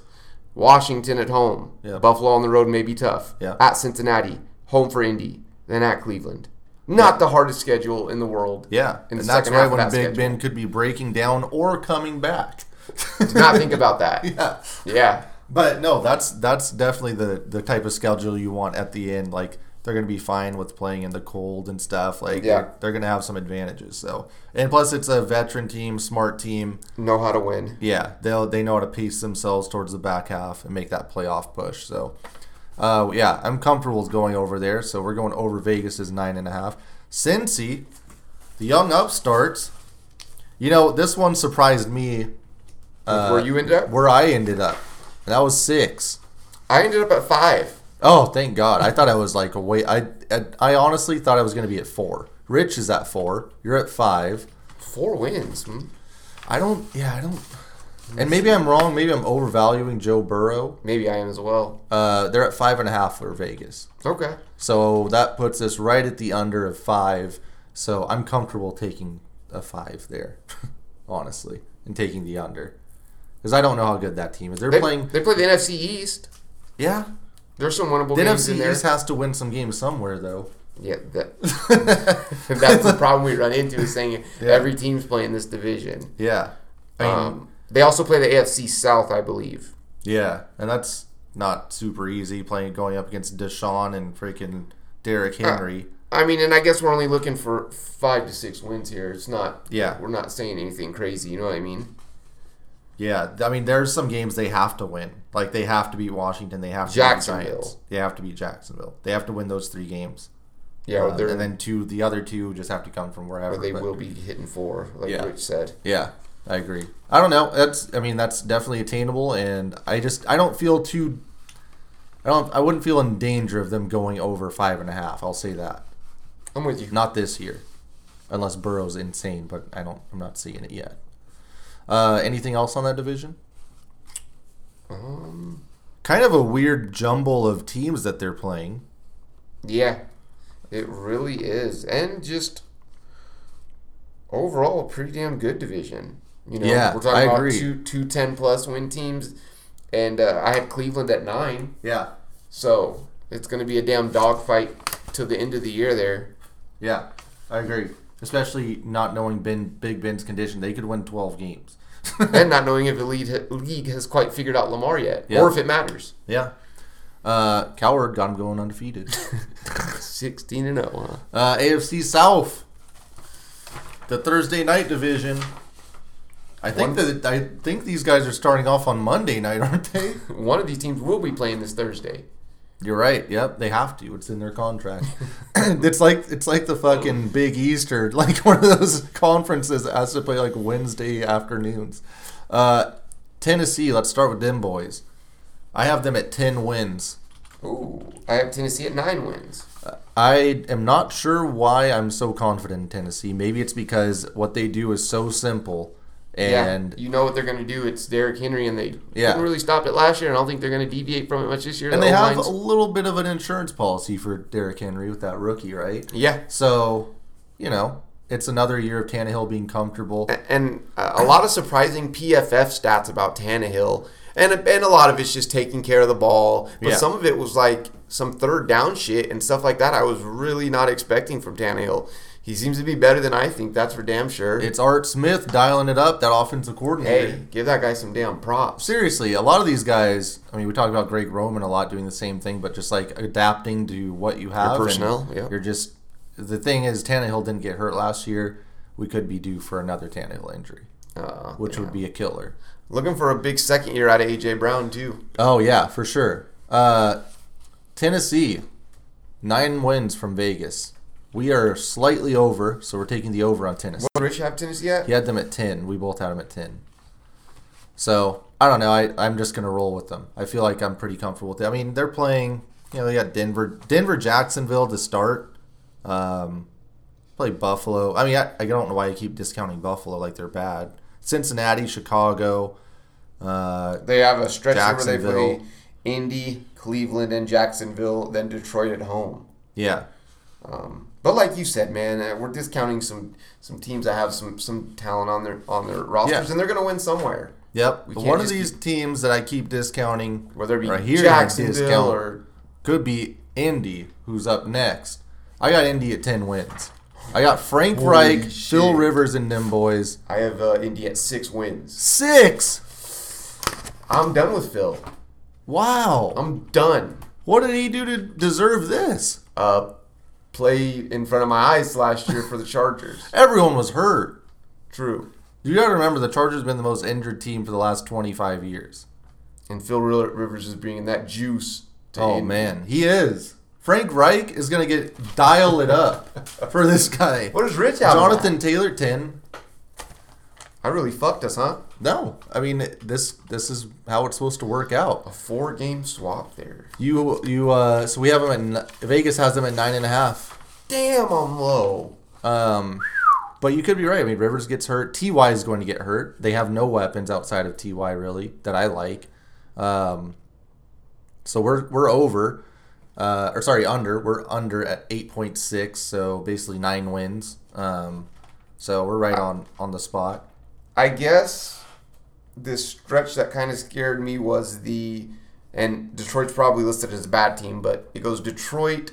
Speaker 3: Washington at home,
Speaker 2: Yep.
Speaker 3: Buffalo on the road may be tough,
Speaker 2: Yep.
Speaker 3: at Cincinnati, home for Indy, then at Cleveland. Not the hardest schedule in the world.
Speaker 2: Yeah,
Speaker 3: in
Speaker 2: and
Speaker 3: the
Speaker 2: that's
Speaker 3: second half
Speaker 2: right
Speaker 3: of
Speaker 2: when
Speaker 3: that
Speaker 2: Big
Speaker 3: schedule.
Speaker 2: Ben could be breaking down or coming back.
Speaker 3: Did not think about that.
Speaker 2: yeah,
Speaker 3: Yeah.
Speaker 2: but no, that's that's definitely the the type of schedule you want at the end. Like they're gonna be fine with playing in the cold and stuff. Like
Speaker 3: Yeah.
Speaker 2: they're, they're gonna have some advantages. So and plus it's a veteran team, smart team.
Speaker 3: Know how to win.
Speaker 2: Yeah, they'll they know how to piece themselves towards the back half and make that playoff push. So, uh, yeah, I'm comfortable with going over there. So we're going over Vegas's nine and a half. Cincy, the young upstarts. You know, this one surprised me Uh,
Speaker 3: Where you ended up?
Speaker 2: where I ended up. And that was six.
Speaker 3: I ended up at five.
Speaker 2: Oh, thank God! I thought I was like away. I I, I honestly thought I was going to be at four. Rich is at four. You're at five.
Speaker 3: Four wins. Hmm?
Speaker 2: I don't. Yeah, I don't. And maybe I'm wrong. Maybe I'm overvaluing Joe Burrow.
Speaker 3: Maybe I am as well.
Speaker 2: Uh, they're at five and a half for Vegas.
Speaker 3: Okay.
Speaker 2: So that puts us right at the under of five. So I'm comfortable taking a five there, honestly, and taking the under. Because I don't know how good that team is. They're
Speaker 3: They,
Speaker 2: playing.
Speaker 3: they play the NFC East.
Speaker 2: Yeah.
Speaker 3: There's some winnable
Speaker 2: The
Speaker 3: games in
Speaker 2: NFC
Speaker 3: there.
Speaker 2: East has to win some games somewhere, though.
Speaker 3: yeah, that, that's the problem we run into is saying
Speaker 2: Yeah.
Speaker 3: every team's playing this division.
Speaker 2: Yeah. I mean,
Speaker 3: Um, they also play the AFC South, I believe.
Speaker 2: yeah. And that's not super easy playing going up against Deshaun and freaking Derrick Henry.
Speaker 3: I mean, and I guess we're only looking for five to six wins here. It's not.
Speaker 2: Yeah.
Speaker 3: We're not saying anything crazy. You know what I mean?
Speaker 2: Yeah, I mean, there's some games they have to win. Like they have to beat Washington. They have to beat the
Speaker 3: Jacksonville.
Speaker 2: Giants. They have to beat Jacksonville. They have to win those three games.
Speaker 3: Yeah.
Speaker 2: Uh,
Speaker 3: they're,
Speaker 2: and then two, the other two just have to come from wherever.
Speaker 3: or they
Speaker 2: but-
Speaker 3: will be hitting four, like
Speaker 2: Yeah.
Speaker 3: Rich said.
Speaker 2: Yeah, I agree. I don't know. That's I mean that's definitely attainable, and I just I don't feel too. I don't. I wouldn't feel in danger of them going over five and a half. I'll say that.
Speaker 3: I'm with you.
Speaker 2: Not this year, unless Burrow's insane. But I don't. I'm not seeing it yet. Uh, anything else on that division?
Speaker 3: Um,
Speaker 2: Kind of a weird jumble of teams that they're playing.
Speaker 3: Yeah, it really is, and just overall, a pretty damn good division. You know,
Speaker 2: Yeah,
Speaker 3: we're talking
Speaker 2: I
Speaker 3: about
Speaker 2: agree.
Speaker 3: two two ten plus win teams, and uh, I had Cleveland at nine,
Speaker 2: Yeah,
Speaker 3: so it's going to be a damn dogfight till the end of the year. There,
Speaker 2: yeah, I agree. Especially not knowing Ben Big Ben's condition, they could win twelve games.
Speaker 3: and not knowing if the lead, league has quite figured out Lamar yet,
Speaker 2: Yeah.
Speaker 3: or if it matters.
Speaker 2: yeah, uh, Coward got him going undefeated.
Speaker 3: Sixteen and oh, zero. Huh?
Speaker 2: Uh, AFC South, the Thursday night division. I think that I think these guys are starting off on Monday night, aren't they?
Speaker 3: One of these teams will be playing this Thursday.
Speaker 2: You're right. Yep, they have to. It's in their contract. it's like it's like the fucking Big Easter, like one of those conferences that has to play like Wednesday afternoons. Uh, Tennessee. Let's start with them boys. I have them at ten wins.
Speaker 3: Ooh, I have Tennessee at nine wins.
Speaker 2: I am not sure why I'm so confident in Tennessee. Maybe it's because what they do is so simple, and
Speaker 3: yeah, you know what they're going to do. It's Derrick Henry, and they
Speaker 2: Yeah.
Speaker 3: couldn't really stop it last year. and I don't think they're going to deviate from it much this year.
Speaker 2: and
Speaker 3: The
Speaker 2: they have a
Speaker 3: O-line's-
Speaker 2: little bit of an insurance policy for Derrick Henry with that rookie, right?
Speaker 3: yeah,
Speaker 2: So, you know, it's another year of Tannehill being comfortable.
Speaker 3: A- and uh, a lot of surprising PFF stats about Tannehill, and a- and a lot of it's just taking care of the ball. But
Speaker 2: Yeah.
Speaker 3: some of it was like some third down shit and stuff like that. I was really not expecting from Tannehill. He seems to be better than I think. That's for damn sure.
Speaker 2: It's Art Smith dialing it up, that offensive coordinator.
Speaker 3: hey, give that guy some damn props.
Speaker 2: Seriously, a lot of these guys. I mean, we talk about Greg Roman a lot doing the same thing, but just like adapting to what you have. and
Speaker 3: personnel, yeah.
Speaker 2: You're just the thing is Tannehill didn't get hurt last year. We could be due for another Tannehill injury,
Speaker 3: Uh,
Speaker 2: which would be a killer.
Speaker 3: looking for a big second year out of AJ Brown too.
Speaker 2: Oh yeah, for sure. Uh, Tennessee, nine wins from Vegas. We are slightly over, so we're taking the over on Tennessee.
Speaker 3: Does Rich have Tennessee yet?
Speaker 2: He had them at ten. We both had them at ten. So I don't know. I I'm just gonna roll with them. I feel like I'm pretty comfortable with it. I mean, they're playing. You know, they got Denver, Denver, Jacksonville to start. Um, play Buffalo. I mean, I, I don't know why I keep discounting Buffalo like they're bad. Cincinnati, Chicago. Uh,
Speaker 3: They have a stretch where they play
Speaker 2: Jacksonville.
Speaker 3: Indy, Cleveland, and Jacksonville, then Detroit at home.
Speaker 2: yeah,
Speaker 3: Um, but like you said, man, uh, we're discounting some some teams that have some some talent on their on their rosters,
Speaker 2: Yeah.
Speaker 3: and they're going to win somewhere.
Speaker 2: yep.
Speaker 3: We can't
Speaker 2: One of
Speaker 3: just
Speaker 2: these teams that I keep discounting,
Speaker 3: Whether it be
Speaker 2: or hearing a
Speaker 3: Jacksonville
Speaker 2: discount,
Speaker 3: or
Speaker 2: could be Indy, who's up next. I got Indy at 10 wins. I got Frank
Speaker 3: Holy
Speaker 2: Reich, Phil
Speaker 3: shit.
Speaker 2: Rivers, and them boys.
Speaker 3: I have uh, Indy at six wins.
Speaker 2: Six!
Speaker 3: I'm done with Phil.
Speaker 2: Wow.
Speaker 3: I'm done.
Speaker 2: What did he do to deserve this?
Speaker 3: Uh, play in front of my eyes last year for the Chargers.
Speaker 2: Everyone was hurt.
Speaker 3: True.
Speaker 2: You gotta remember, the Chargers have been the most injured team for the last 25 years.
Speaker 3: And Phil Rivers is bringing that juice. To
Speaker 2: Oh,
Speaker 3: Indy.
Speaker 2: man. He is. Frank Reich is gonna get dial it up for this guy.
Speaker 3: What is Rich out?
Speaker 2: Jonathan Taylor, 10.
Speaker 3: I really fucked us, huh?
Speaker 2: No, I mean it- this. This is how it's supposed to work out.
Speaker 3: A four game swap there.
Speaker 2: You you uh. So we have them at n- Vegas has them at nine and a half.
Speaker 3: Damn, I'm low.
Speaker 2: Um, but you could be right. I mean, Rivers gets hurt. Ty is going to get hurt. They have no weapons outside of Ty really that I like. Um, so we're we're over. Uh, or sorry, under. We're under at eight point six. So basically nine wins. Um, so we're right on on the spot.
Speaker 3: I guess the stretch that kind of scared me was the and Detroit's probably listed as a bad team, but it goes Detroit,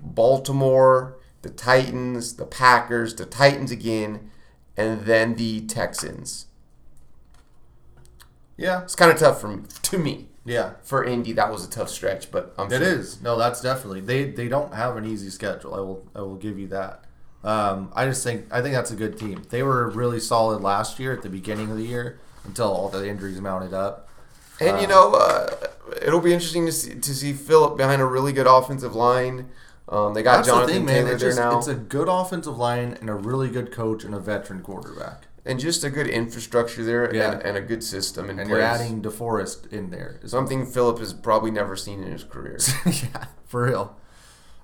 Speaker 3: Baltimore, the Titans, the Packers, the Titans again, and then the Texans.
Speaker 2: Yeah.
Speaker 3: It's kind of tough for me, to me.
Speaker 2: Yeah.
Speaker 3: For Indy, that was a tough stretch, but I'm
Speaker 2: It
Speaker 3: sure-
Speaker 2: is no, that's definitely they. They don't have an easy schedule. I will. I will give you that. Um, I just think I think that's a good team. They were really solid last year at the beginning of the year until all the injuries mounted up.
Speaker 3: And
Speaker 2: Um,
Speaker 3: you know, uh, it'll be interesting to see to see Philip behind a really good offensive line. Um, they got
Speaker 2: That's
Speaker 3: Jonathan
Speaker 2: the thing, man.
Speaker 3: Taylor
Speaker 2: It's,
Speaker 3: there
Speaker 2: just,
Speaker 3: now,
Speaker 2: it's a good offensive line and a really good coach and a veteran quarterback.
Speaker 3: and just a good infrastructure there,
Speaker 2: Yeah.
Speaker 3: and, and a good system in
Speaker 2: And
Speaker 3: place.
Speaker 2: you're adding DeForest in there. Is
Speaker 3: Something Philip has probably never seen in his career.
Speaker 2: yeah, for real.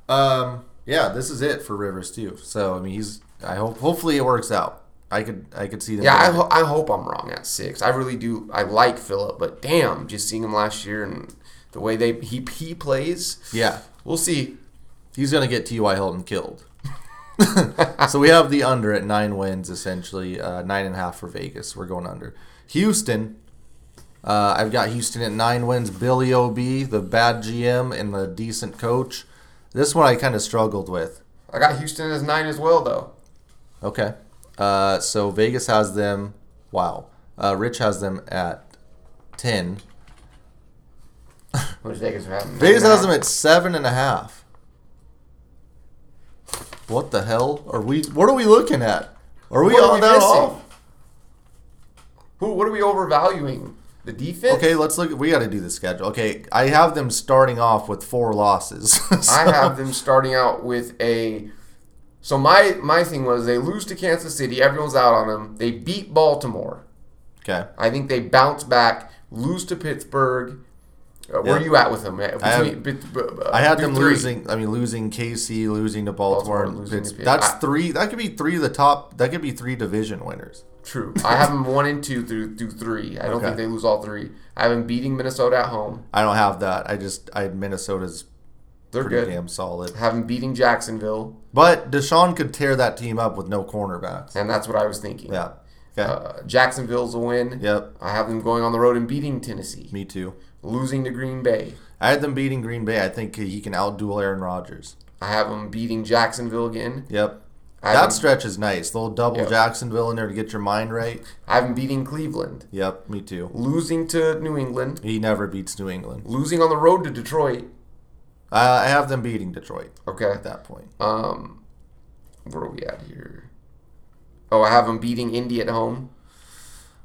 Speaker 2: Um, yeah, this is it for Rivers too. So I mean, he's. I hope. Hopefully, it works out. I could. I could see them.
Speaker 3: yeah, I,
Speaker 2: doing it.
Speaker 3: ho- I hope I'm wrong at six. I really do. I like Philip, but damn, just seeing him last year and the way they he he plays.
Speaker 2: Yeah.
Speaker 3: we'll see.
Speaker 2: He's gonna get T.Y. Hilton killed. so we have the under at nine wins, essentially uh, nine and a half for Vegas. We're going under. Houston, uh, I've got Houston at nine wins. Billy Ob, the bad GM and the decent coach. This one I kind of struggled with.
Speaker 3: I got Houston as nine as well, though.
Speaker 2: Okay, uh, so Vegas has them. Wow, uh, Rich has them at ten.
Speaker 3: What does Vegas have?
Speaker 2: Vegas has them at seven and a half. What the hell are we? What are we looking at? Are we
Speaker 3: What are
Speaker 2: all
Speaker 3: we
Speaker 2: that
Speaker 3: missing?
Speaker 2: off?
Speaker 3: Who? What are we overvaluing? The defense.
Speaker 2: Okay, let's look. We got to do the schedule. Okay, I have them starting off with four losses. So-
Speaker 3: I have them starting out with a. So my my thing was they lose to Kansas City. Everyone's out on them. They beat Baltimore.
Speaker 2: Okay,
Speaker 3: I think they bounce back, lose to Pittsburgh. Uh, where
Speaker 2: Yeah.
Speaker 3: are you at with them? Between,
Speaker 2: have-
Speaker 3: bet- b- b-
Speaker 2: I had
Speaker 3: between
Speaker 2: them
Speaker 3: three.
Speaker 2: losing. I mean, losing KC, losing to Baltimore.
Speaker 3: Baltimore,
Speaker 2: and
Speaker 3: losing to
Speaker 2: Pitts-
Speaker 3: Pitt.
Speaker 2: that's
Speaker 3: I-
Speaker 2: three. That could be three of the top. That could be three division winners.
Speaker 3: True. I have them one and two through through three. I don't
Speaker 2: Okay.
Speaker 3: think they lose all three. I have them beating Minnesota at home.
Speaker 2: I don't have that. I just I Minnesota's
Speaker 3: They're
Speaker 2: pretty
Speaker 3: good.
Speaker 2: damn solid.
Speaker 3: I have them beating Jacksonville,
Speaker 2: But Deshaun could tear that team up with no cornerbacks.
Speaker 3: and that's what I was thinking.
Speaker 2: Yeah. Okay.
Speaker 3: Uh, Jacksonville's a win.
Speaker 2: yep.
Speaker 3: I have them going on the road and beating Tennessee,
Speaker 2: Me too.
Speaker 3: losing to Green Bay.
Speaker 2: I had them beating Green Bay. I think he can outduel Aaron Rodgers.
Speaker 3: I have them beating Jacksonville again.
Speaker 2: Yep.
Speaker 3: I
Speaker 2: that
Speaker 3: haven't-
Speaker 2: stretch is nice. Little double
Speaker 3: Yep.
Speaker 2: Jacksonville in there to get your mind right.
Speaker 3: I have them beating Cleveland,
Speaker 2: Yep, me too.
Speaker 3: losing to New England,
Speaker 2: He never beats New England.
Speaker 3: losing on the road to Detroit.
Speaker 2: I I have them beating Detroit
Speaker 3: Okay.
Speaker 2: at that point.
Speaker 3: Um, where are we at here? Oh, I have them beating Indy at home,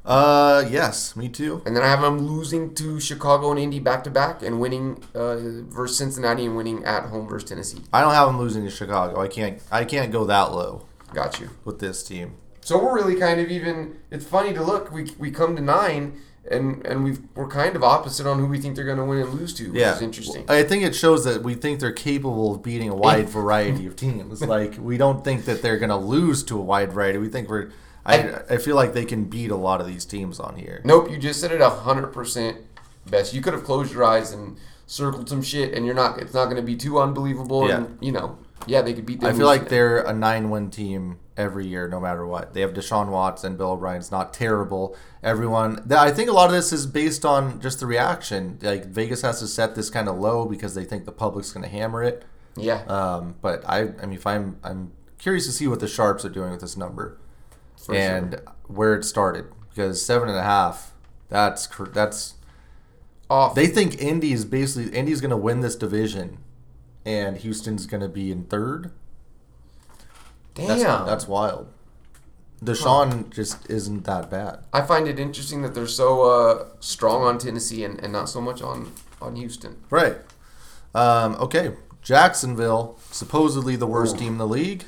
Speaker 2: Uh, yes, me too.
Speaker 3: and then I have them losing to Chicago and Indy back to back, and winning uh, versus Cincinnati and winning at home versus Tennessee.
Speaker 2: I don't have them losing to Chicago. I can't. I can't go that low
Speaker 3: Got you.
Speaker 2: with this team.
Speaker 3: So we're really kind of even. It's funny to look. We we come to nine, and and we've, we're kind of opposite on who we think they're going to win and lose to, which
Speaker 2: Yeah,
Speaker 3: is interesting.
Speaker 2: I think it shows that we think they're capable of beating a wide variety of teams. Like we don't think that they're gonna lose to a wide variety. We think we're. I, I feel like they can beat a lot of these teams on here.
Speaker 3: Nope, you just said it hundred percent best. You could have closed your eyes and circled some shit, and you're not. It's not going to be too unbelievable. And, you know, yeah, they could beat. Them
Speaker 2: I feel like they're a nine-win team every year, no matter what. They have Deshaun Watson, Bill O'Brien's not terrible. Everyone, th- I think a lot of this is based on just the reaction. Like Vegas has to set this kind of low because they think the public's going to hammer it.
Speaker 3: yeah,
Speaker 2: Um, but I, I mean, if I'm, I'm curious to see what the sharps are doing with this number
Speaker 3: for sure.
Speaker 2: and where it started because seven and a half. That's cr- that's
Speaker 3: off.
Speaker 2: they think Indy is basically Indy's going to win this division, and Houston's going to be in third.
Speaker 3: Damn,
Speaker 2: That's, that's wild. Deshaun just isn't that bad.
Speaker 3: I find it interesting that they're so uh, strong on Tennessee and, and not so much on on Houston.
Speaker 2: Right. Um, okay. Jacksonville, supposedly the worst team in the league.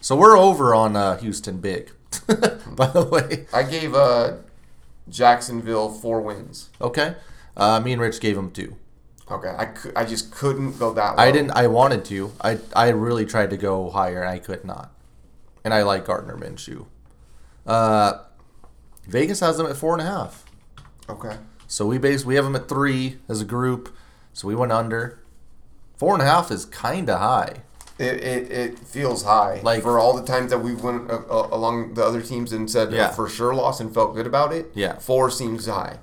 Speaker 2: So we're over on uh, Houston big. by the way.
Speaker 3: I gave uh, Jacksonville four wins.
Speaker 2: Okay. Uh, me and Rich gave him two.
Speaker 3: Okay, I, cou- I just couldn't go that. Low.
Speaker 2: I didn't. I wanted to. I I really tried to go higher, and I could not. And I like Gardner Minshew. Uh, Vegas has them at four and a half.
Speaker 3: Okay.
Speaker 2: So we base we have them at three as a group. So we went under. Four and a half is kind of high.
Speaker 3: It, it, it feels high.
Speaker 2: Like-
Speaker 3: Like for all the times that we went uh, uh, along the other teams and said
Speaker 2: Yeah.
Speaker 3: uh, for sure loss and felt good about it.
Speaker 2: Yeah.
Speaker 3: Four seems high.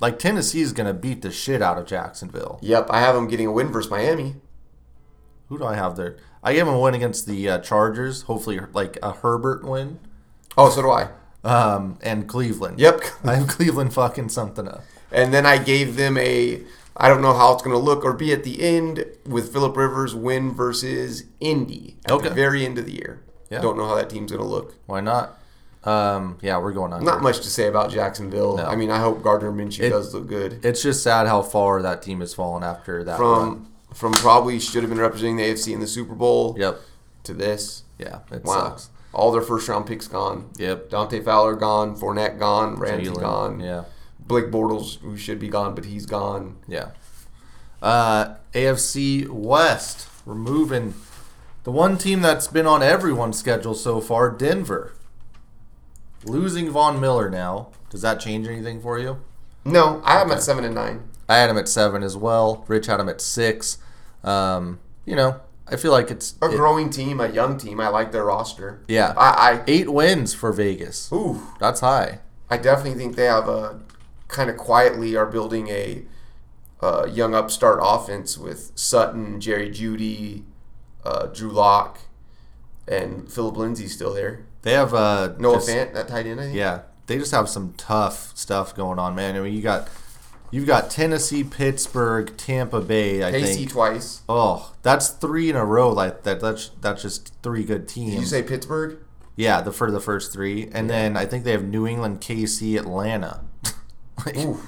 Speaker 2: Like Tennessee is gonna beat the shit out of Jacksonville.
Speaker 3: Yep, I have them getting a win versus Miami.
Speaker 2: Who do I have there? I gave him a win against the uh, Chargers. Hopefully, like a Herbert win.
Speaker 3: Oh, so do I.
Speaker 2: Um, and Cleveland.
Speaker 3: Yep.
Speaker 2: I have Cleveland fucking something up.
Speaker 3: And then I gave them a I don't know how it's going to look or be at the end with Philip Rivers win versus Indy at
Speaker 2: Okay.
Speaker 3: the very end of the year.
Speaker 2: Yeah.
Speaker 3: Don't know how that team's going to look.
Speaker 2: Why not? Um, yeah, we're going under.
Speaker 3: Not much to say about Jacksonville. I mean, I hope Gardner Minshew does look good.
Speaker 2: It's just sad how far that team has fallen after that. run.
Speaker 3: From from probably should have been representing the AFC in the Super Bowl
Speaker 2: Yep.
Speaker 3: to this.
Speaker 2: Yeah, it
Speaker 3: Wow.
Speaker 2: sucks.
Speaker 3: All their first round picks gone.
Speaker 2: Yep.
Speaker 3: Dante Fowler gone, Fournette gone, Ramsey
Speaker 2: Jalen,
Speaker 3: gone.
Speaker 2: Yeah.
Speaker 3: Blake Bortles, who should be gone, but he's gone.
Speaker 2: Yeah. Uh, AFC West. We're moving. The one team that's been on everyone's schedule so far, Denver. Losing Von Miller now. Does that change anything for you?
Speaker 3: No, I have him at seven and nine.
Speaker 2: I had him at seven as well. Rich had him at six. Um, you know, I feel like it's
Speaker 3: A
Speaker 2: it-
Speaker 3: growing team, a young team. I like their roster.
Speaker 2: Yeah.
Speaker 3: I,
Speaker 2: eight wins for Vegas.
Speaker 3: I ooh,
Speaker 2: That's high.
Speaker 3: I definitely think they have a kind of quietly are building a, uh young upstart offense with Sutton, Jerry Judy, uh, Drew Lock, and Philip Lindsay still there.
Speaker 2: They have uh,
Speaker 3: Noah
Speaker 2: just-
Speaker 3: Fant that tight end. I think.
Speaker 2: Yeah, they just have some tough stuff going on, man. I mean, you got you've got Tennessee, Pittsburgh, Tampa Bay. I
Speaker 3: Casey
Speaker 2: think.
Speaker 3: twice.
Speaker 2: Oh, that's three in a row. Like that. That's that's just three good
Speaker 3: Did you
Speaker 2: teams.
Speaker 3: say Pittsburgh?
Speaker 2: yeah, the for the first three, and then I think they have New England, KC, Atlanta. like,
Speaker 3: Ooh.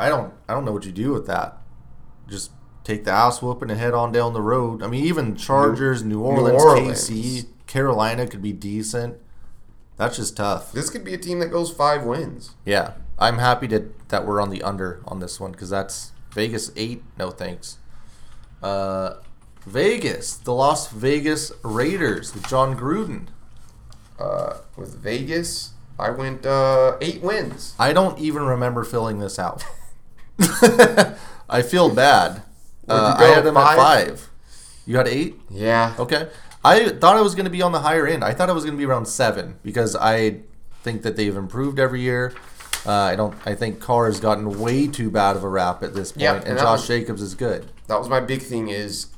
Speaker 2: I don't I don't know what you do with that. Just take the ass whooping and head on down the road. I mean, even Chargers, New, Orleans,
Speaker 3: Orleans.
Speaker 2: KC, Carolina could be decent. That's just tough.
Speaker 3: This could be a team that goes five wins.
Speaker 2: Yeah, I'm happy to, that we're on the under on this one because that's Vegas eight. No thanks. Uh, Vegas, the Las Vegas Raiders with John Gruden.
Speaker 3: Uh, with Vegas, I went uh, eight wins.
Speaker 2: I don't even remember filling this out. I feel bad. Uh, I
Speaker 3: Where'd you go,
Speaker 2: had them at
Speaker 3: five?
Speaker 2: five. You had eight.
Speaker 3: Yeah.
Speaker 2: Okay. I thought I was going to be on the higher end. I thought I was going to be around seven because I think that they've improved every year. Uh, I don't. I think Carr has gotten way too bad of a rap at this point,
Speaker 3: Yeah,
Speaker 2: and
Speaker 3: and that
Speaker 2: Josh
Speaker 3: was-
Speaker 2: Jacobs is good.
Speaker 3: That was my big thing is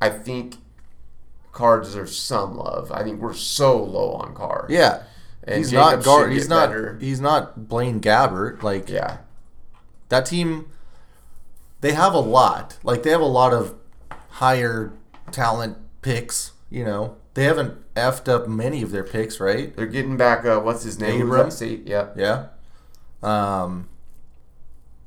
Speaker 3: I think Carr deserves some love. I think we're so low on Carr.
Speaker 2: Yeah,
Speaker 3: And
Speaker 2: he's
Speaker 3: Jacobs
Speaker 2: not guard.
Speaker 3: should
Speaker 2: He's
Speaker 3: get
Speaker 2: not.
Speaker 3: better.
Speaker 2: He's not Blaine Gabbert. Like
Speaker 3: Yeah.
Speaker 2: that team, they have a lot. Like they have a lot of higher talent picks. You know, they haven't effed up many of their picks, right?
Speaker 3: They're getting back uh, what's his name?
Speaker 2: Abram?
Speaker 3: See, yeah.
Speaker 2: Yeah. Um.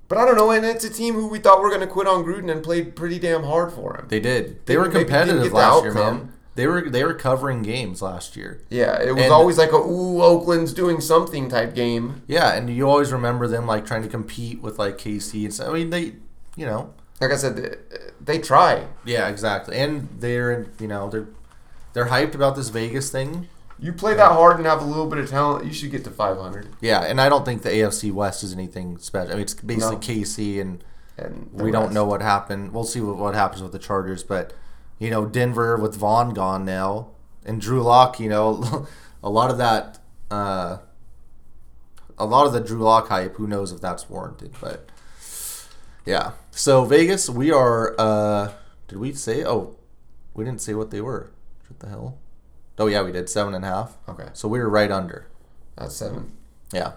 Speaker 3: But I don't know, and it's a team who we thought were gonna quit on Gruden and played pretty damn hard for him.
Speaker 2: They did. They,
Speaker 3: They
Speaker 2: were
Speaker 3: maybe didn't
Speaker 2: competitive
Speaker 3: get the
Speaker 2: last year,
Speaker 3: outcome.
Speaker 2: man. They were they were covering games last year.
Speaker 3: yeah, it was
Speaker 2: And-
Speaker 3: always like a ooh, Oakland's doing something type game.
Speaker 2: Yeah, and you always remember them like trying to compete with like KC and stuff. I mean, they, you know,
Speaker 3: Like I said, th- they try.
Speaker 2: yeah, exactly. And they're you know they're they're hyped about this Vegas thing.
Speaker 3: You play that hard and have a little bit of talent, you should get to 500.
Speaker 2: Yeah, and I don't think the AFC West is anything special. I mean, it's basically
Speaker 3: No.
Speaker 2: KC, and
Speaker 3: And the
Speaker 2: we don't
Speaker 3: rest.
Speaker 2: know what happened. We'll see what, what happens with the Chargers, but you know, Denver with Vaughn gone now, and Drew Lock. You know, a lot of that, uh, a lot of the Drew Lock hype. Who knows if that's warranted? But yeah, so Vegas, we are. uh Did we say? Oh, we didn't say what they were. What the hell? Oh yeah, we did seven and a half.
Speaker 3: Okay,
Speaker 2: So we were right under.
Speaker 3: that's seven.
Speaker 2: Yeah.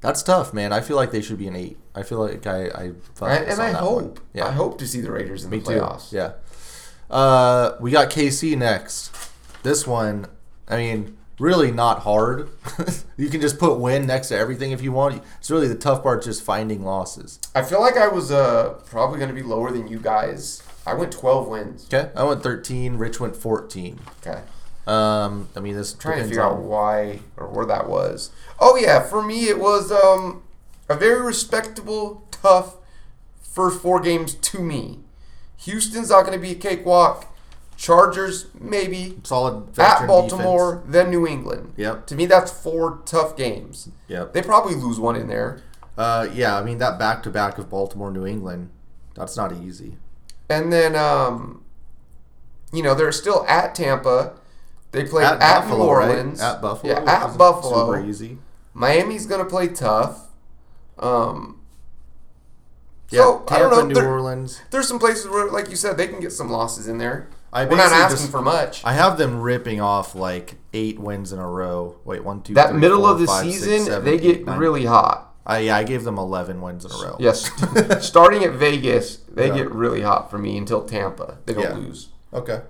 Speaker 2: That's tough, man. I feel like they should be an eight. I feel like I, I fucked
Speaker 3: And,
Speaker 2: us on
Speaker 3: and I
Speaker 2: that
Speaker 3: hope,
Speaker 2: one. Yeah,
Speaker 3: I hope to see the Raiders in
Speaker 2: me
Speaker 3: the
Speaker 2: too.
Speaker 3: playoffs.
Speaker 2: Yeah. Uh, we got KC next. This one, I mean, really not hard. you can just put win next to everything if you want. It's really the tough part, just finding losses.
Speaker 3: I feel like I was uh, probably going to be lower than you guys. I went 12 wins.
Speaker 2: Okay, I went thirteen. Rich went fourteen.
Speaker 3: Okay.
Speaker 2: Um, I mean, this
Speaker 3: trying to
Speaker 2: depends
Speaker 3: figure out
Speaker 2: on-
Speaker 3: why or where that was. Oh yeah, for me it was um, a very respectable, tough first four games to me. Houston's not going to be a cakewalk. Chargers maybe
Speaker 2: solid
Speaker 3: at
Speaker 2: veteran
Speaker 3: Baltimore,
Speaker 2: defense.
Speaker 3: then New England.
Speaker 2: Yep.
Speaker 3: To me, that's four tough games.
Speaker 2: Yep.
Speaker 3: They probably lose one in there,
Speaker 2: Uh, yeah, I mean that back to back of Baltimore, New England, that's not easy.
Speaker 3: and then um, you know they're still at Tampa. They play at, New
Speaker 2: right?
Speaker 3: Orleans.
Speaker 2: At Buffalo.
Speaker 3: Yeah,
Speaker 2: which
Speaker 3: at
Speaker 2: isn't
Speaker 3: Buffalo.
Speaker 2: Super easy.
Speaker 3: Miami's gonna play tough. Um,
Speaker 2: Yeah,
Speaker 3: So,
Speaker 2: Tampa,
Speaker 3: I don't know,
Speaker 2: New
Speaker 3: they're-
Speaker 2: Orleans.
Speaker 3: there's some places where, like you said, they can get some losses in there.
Speaker 2: I
Speaker 3: We're not
Speaker 2: basically
Speaker 3: asking
Speaker 2: just-
Speaker 3: for much.
Speaker 2: I have them ripping off like eight wins in a row. Wait, one, two,
Speaker 3: that
Speaker 2: three,
Speaker 3: middle
Speaker 2: four,
Speaker 3: of the
Speaker 2: five, six,
Speaker 3: season,
Speaker 2: seven,
Speaker 3: they
Speaker 2: eight,
Speaker 3: get
Speaker 2: nine.
Speaker 3: really hot.
Speaker 2: I, yeah, I gave them eleven wins in a row.
Speaker 3: Yes, starting at Vegas, they
Speaker 2: Yeah.
Speaker 3: get really hot for me until Tampa. They don't
Speaker 2: Yeah.
Speaker 3: lose.
Speaker 2: Okay.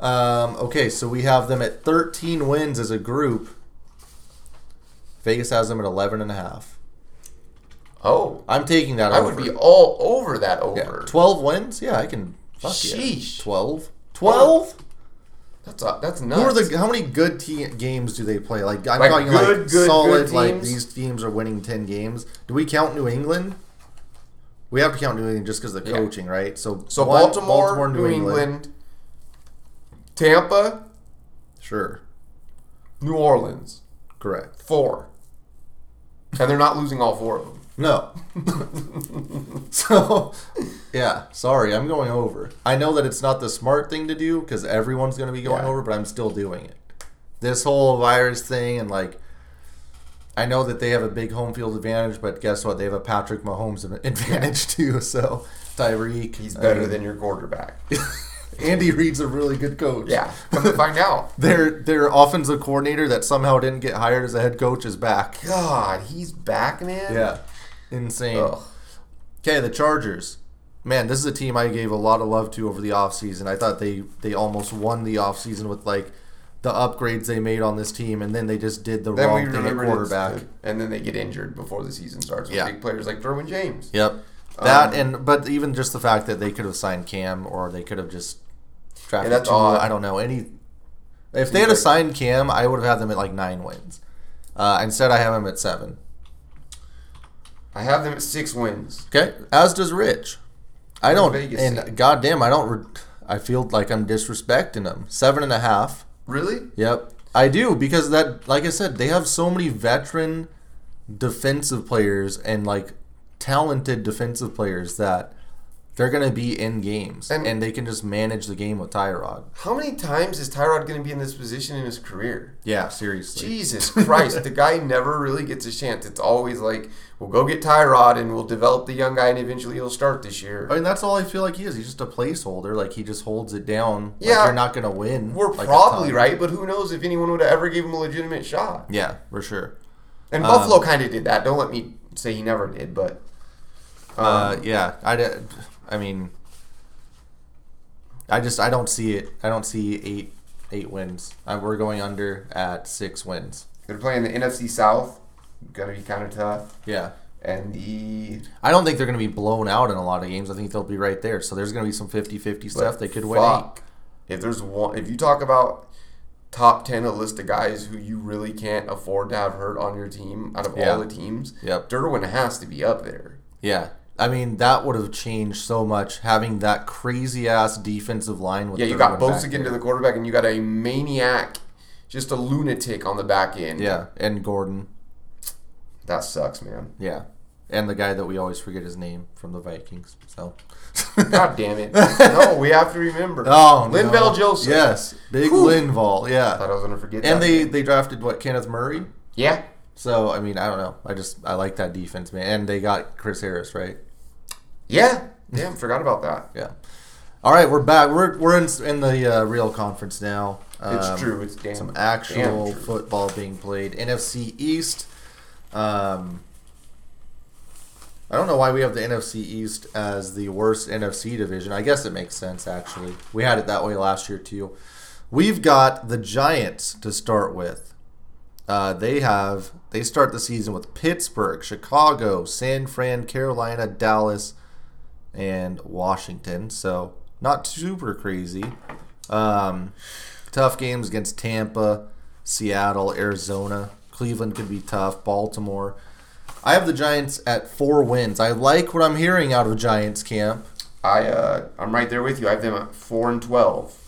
Speaker 2: Um, okay, so we have them at 13 wins as a group. Vegas has them at 11 and a half.
Speaker 3: Oh,
Speaker 2: I'm taking that
Speaker 3: I
Speaker 2: over.
Speaker 3: would be all over that
Speaker 2: Yeah,
Speaker 3: over.
Speaker 2: 12 wins? Yeah, I can. Fuck
Speaker 3: Sheesh.
Speaker 2: yeah. 12? 12?
Speaker 3: That's a, that's
Speaker 2: Who
Speaker 3: nuts.
Speaker 2: are the? How many good te- games do they play? Like I'm
Speaker 3: Like,
Speaker 2: talking
Speaker 3: good,
Speaker 2: like
Speaker 3: good,
Speaker 2: solid.
Speaker 3: good
Speaker 2: like
Speaker 3: teams?
Speaker 2: these teams are winning ten games. Do we count New England? We have to count New England just because of the
Speaker 3: Yeah.
Speaker 2: coaching, right? So
Speaker 3: so
Speaker 2: one-
Speaker 3: Baltimore, New, England. Tampa,
Speaker 2: Sure,
Speaker 3: New Orleans,
Speaker 2: correct.
Speaker 3: four, and they're not losing all four of them.
Speaker 2: No. so, yeah, sorry, I'm going over. I know that it's not the smart thing to do because everyone's going to be going
Speaker 3: Yeah.
Speaker 2: over, but I'm still doing it. This whole virus thing, and like, I know that they have a big home field advantage, but guess what? They have a Patrick Mahomes ad- advantage too. So, Tyreek.
Speaker 3: He's
Speaker 2: I
Speaker 3: better
Speaker 2: mean,
Speaker 3: than your quarterback.
Speaker 2: Andy Reid's a really good coach.
Speaker 3: yeah, come to find out.
Speaker 2: Their, their offensive coordinator that somehow didn't get hired as a head coach is back.
Speaker 3: God, he's back, man.
Speaker 2: Yeah. Insane.
Speaker 3: Ugh.
Speaker 2: Okay, the Chargers. Man, this is a team I gave a lot of love to over the offseason. I thought they they almost won the offseason with like the upgrades they made on this team and then they just did the
Speaker 3: Then we
Speaker 2: wrong thing at
Speaker 3: remember
Speaker 2: quarterback.
Speaker 3: and then they get injured before the season starts. With
Speaker 2: Yeah.
Speaker 3: big players like Derwin James.
Speaker 2: Yep.
Speaker 3: Um,
Speaker 2: That and but even just the fact that they could have signed Cam or they could have just drafted
Speaker 3: that's
Speaker 2: Tua,
Speaker 3: odd.
Speaker 2: I don't know, any if they had have signed Cam, I would have had them at like nine wins. Uh, instead I have them at seven.
Speaker 3: I have them at six wins.
Speaker 2: Okay, as does Rich. I don't,
Speaker 3: Vegas
Speaker 2: and
Speaker 3: team.
Speaker 2: goddamn, I don't. Re- I feel like I'm disrespecting them. Seven and a half.
Speaker 3: Really?
Speaker 2: Yep, I do because that, like I said, they have so many veteran defensive players and like talented defensive players that they're gonna be in games and,
Speaker 3: And-
Speaker 2: they can just manage the game with Tyrod.
Speaker 3: How many times is Tyrod going to be in this position in his career?
Speaker 2: Yeah, seriously.
Speaker 3: Jesus Christ, the guy never really gets a chance. It's always like, we'll go get Tyrod and we'll develop the young guy and eventually he'll start this year.
Speaker 2: I mean, that's all I feel like he is. He's just a placeholder. Like he just holds it down. Like,
Speaker 3: Yeah.
Speaker 2: you're not gonna win.
Speaker 3: We're
Speaker 2: like, a
Speaker 3: probably
Speaker 2: ton.
Speaker 3: right, but who knows if anyone would have ever gave him a legitimate shot.
Speaker 2: Yeah, for sure.
Speaker 3: And Buffalo
Speaker 2: Um,
Speaker 3: kind of did that. Don't let me say he never did, but Um,
Speaker 2: Uh, yeah, I, d- I mean, I just I don't see it. I don't see eight eight wins. I, we're going under at six wins.
Speaker 3: they're playing the NFC South. Gonna be kind of tough.
Speaker 2: Yeah,
Speaker 3: And the
Speaker 2: I don't think they're going to be blown out in a lot of games. I think they'll be right there. So there's going to be some 50-50 stuff. They could win. Eight.
Speaker 3: fuck. If there's one, if you talk about top ten, a list of guys who you really can't afford to have hurt on your team out of
Speaker 2: Yeah.
Speaker 3: all the teams,
Speaker 2: Yep.
Speaker 3: Derwin has to be up there.
Speaker 2: Yeah. I mean that would have changed so much having that crazy ass defensive line with
Speaker 3: Yeah, you
Speaker 2: Derwin
Speaker 3: got
Speaker 2: back
Speaker 3: Bosa
Speaker 2: there.
Speaker 3: getting to the quarterback, and you got a maniac, just a lunatic on the back end.
Speaker 2: yeah, and Gordon.
Speaker 3: that sucks, man.
Speaker 2: Yeah. And the guy that we always forget his name from the Vikings. So
Speaker 3: God damn it! No, we have to remember.
Speaker 2: Oh,
Speaker 3: Lin
Speaker 2: no.
Speaker 3: Bell Joseph.
Speaker 2: Yes, big
Speaker 3: Whew.
Speaker 2: Linval.
Speaker 3: thought
Speaker 2: Yeah,
Speaker 3: I was gonna forget.
Speaker 2: and
Speaker 3: that.
Speaker 2: they they drafted what Kenneth Murray.
Speaker 3: yeah,
Speaker 2: So I mean, I don't know. I just I like that defense, man. And they got Chris Harris, right?
Speaker 3: yeah, damn, forgot about that.
Speaker 2: Yeah. All right, we're back. We're we're in in the uh, real conference now.
Speaker 3: It's
Speaker 2: Um,
Speaker 3: true. It's damn
Speaker 2: Some
Speaker 3: damn
Speaker 2: actual
Speaker 3: true.
Speaker 2: football being played. NFC East. Um, I don't know why we have the NFC East as the worst NFC division. I guess it makes sense, actually. We had it that way last year, too. We've got the Giants to start with. Uh, they have they start the season with Pittsburgh, Chicago, San Fran, Carolina, Dallas, and Washington. So not super crazy. Um, Tough games against Tampa, Seattle, Arizona. Cleveland could be tough. Baltimore. I have the Giants at four wins. I like what I'm hearing out of Giants camp.
Speaker 3: I uh, I'm right there with you. I have them at four and twelve.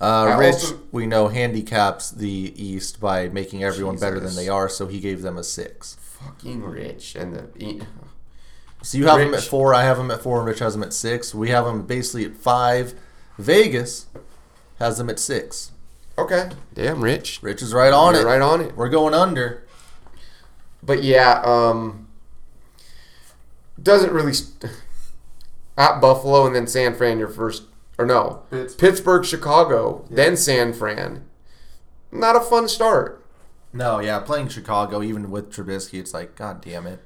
Speaker 2: Uh,
Speaker 3: I
Speaker 2: Rich,
Speaker 3: also-
Speaker 2: we know, handicaps the East by making everyone better than
Speaker 3: Jesus.
Speaker 2: they are, so he gave them a six.
Speaker 3: Fucking rich and the E
Speaker 2: So you have them at
Speaker 3: Rich.
Speaker 2: four. I have them at four. and Rich has them at six. We have them basically at five. Vegas has them at six.
Speaker 3: okay. Damn rich.
Speaker 2: Rich is right on
Speaker 3: You're
Speaker 2: it.
Speaker 3: Right on it.
Speaker 2: We're going under.
Speaker 3: But yeah, um, doesn't really st- at Buffalo and then San Fran your first or no
Speaker 2: Pittsburgh.
Speaker 3: Pittsburgh, Chicago, then San Fran. Not a fun start.
Speaker 2: No, yeah, playing Chicago, even with Trubisky, it's like, God damn it.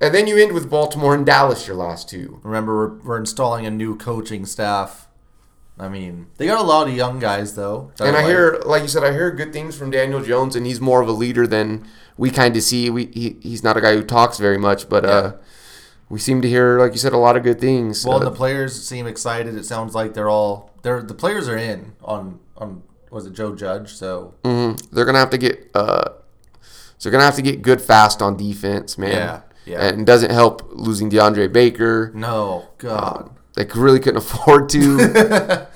Speaker 3: And then you end with Baltimore and Dallas your last two.
Speaker 2: Remember, we're, we're installing a new coaching staff. I mean, they got a lot of young guys, though. that
Speaker 3: and
Speaker 2: are
Speaker 3: I
Speaker 2: like-
Speaker 3: hear, like you said, I hear good things from Daniel Jones, and he's more of a leader than we kind of see. We he, he's not a guy who talks very much, but uh, we seem to hear, like you said, a lot of good things.
Speaker 2: Well, and
Speaker 3: Uh,
Speaker 2: the players seem excited. It sounds like they're all they're the players are in on on was it Joe Judge? So
Speaker 3: mhm. they're gonna have to get uh, they're gonna have to get good fast on defense, man.
Speaker 2: Yeah, yeah.
Speaker 3: And it doesn't help losing DeAndre Baker.
Speaker 2: no, God,
Speaker 3: They really couldn't afford to.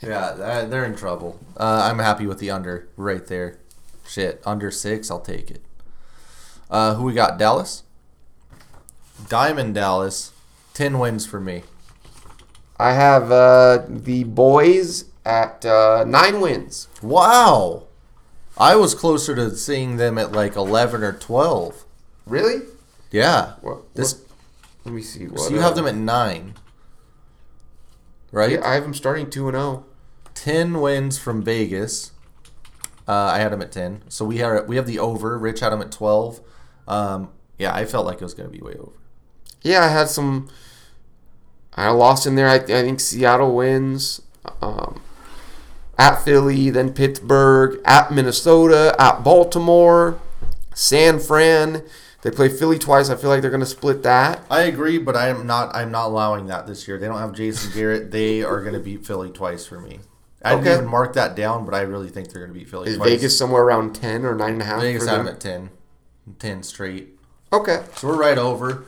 Speaker 2: yeah, that, they're in trouble. Uh, I'm happy with the under right there. Shit, under six, I'll take it. Uh, who we got? Dallas, Diamond Dallas, ten wins for me.
Speaker 3: I have uh, the boys at uh, nine wins.
Speaker 2: Wow, I was closer to seeing them at like eleven or twelve.
Speaker 3: Really?
Speaker 2: Yeah,
Speaker 3: What,
Speaker 2: this
Speaker 3: what- Let me see.
Speaker 2: so
Speaker 3: what,
Speaker 2: you
Speaker 3: uh,
Speaker 2: have them at nine, right?
Speaker 3: Yeah, I have them starting two and oh. zero.
Speaker 2: 10 wins from Vegas. Uh, I had him at 10. So we have we have the over. Rich had him at 12. Um, yeah, I felt like it was going to be way over.
Speaker 3: Yeah, I had some. I lost in there. I, I think Seattle wins. Um, at Philly, then Pittsburgh, at Minnesota, at Baltimore, San Fran. They play Philly twice. I feel like they're going to split that.
Speaker 2: I agree, but I am not I'm not allowing that this year. They don't have Jason Garrett. They are going to beat Philly twice for me. I
Speaker 3: Okay.
Speaker 2: didn't even mark that down, but I really think they're going to beat Philly
Speaker 3: Is
Speaker 2: twice.
Speaker 3: Vegas somewhere around 10 or 9.5?
Speaker 2: Vegas had them at 10. 10 straight.
Speaker 3: Okay.
Speaker 2: So we're right over.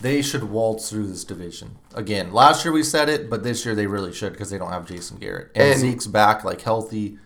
Speaker 2: They should waltz through this division. Again, last year we said it, but this year they really should because they don't have Jason Garrett. And,
Speaker 3: And-
Speaker 2: Zeke's back, like healthy.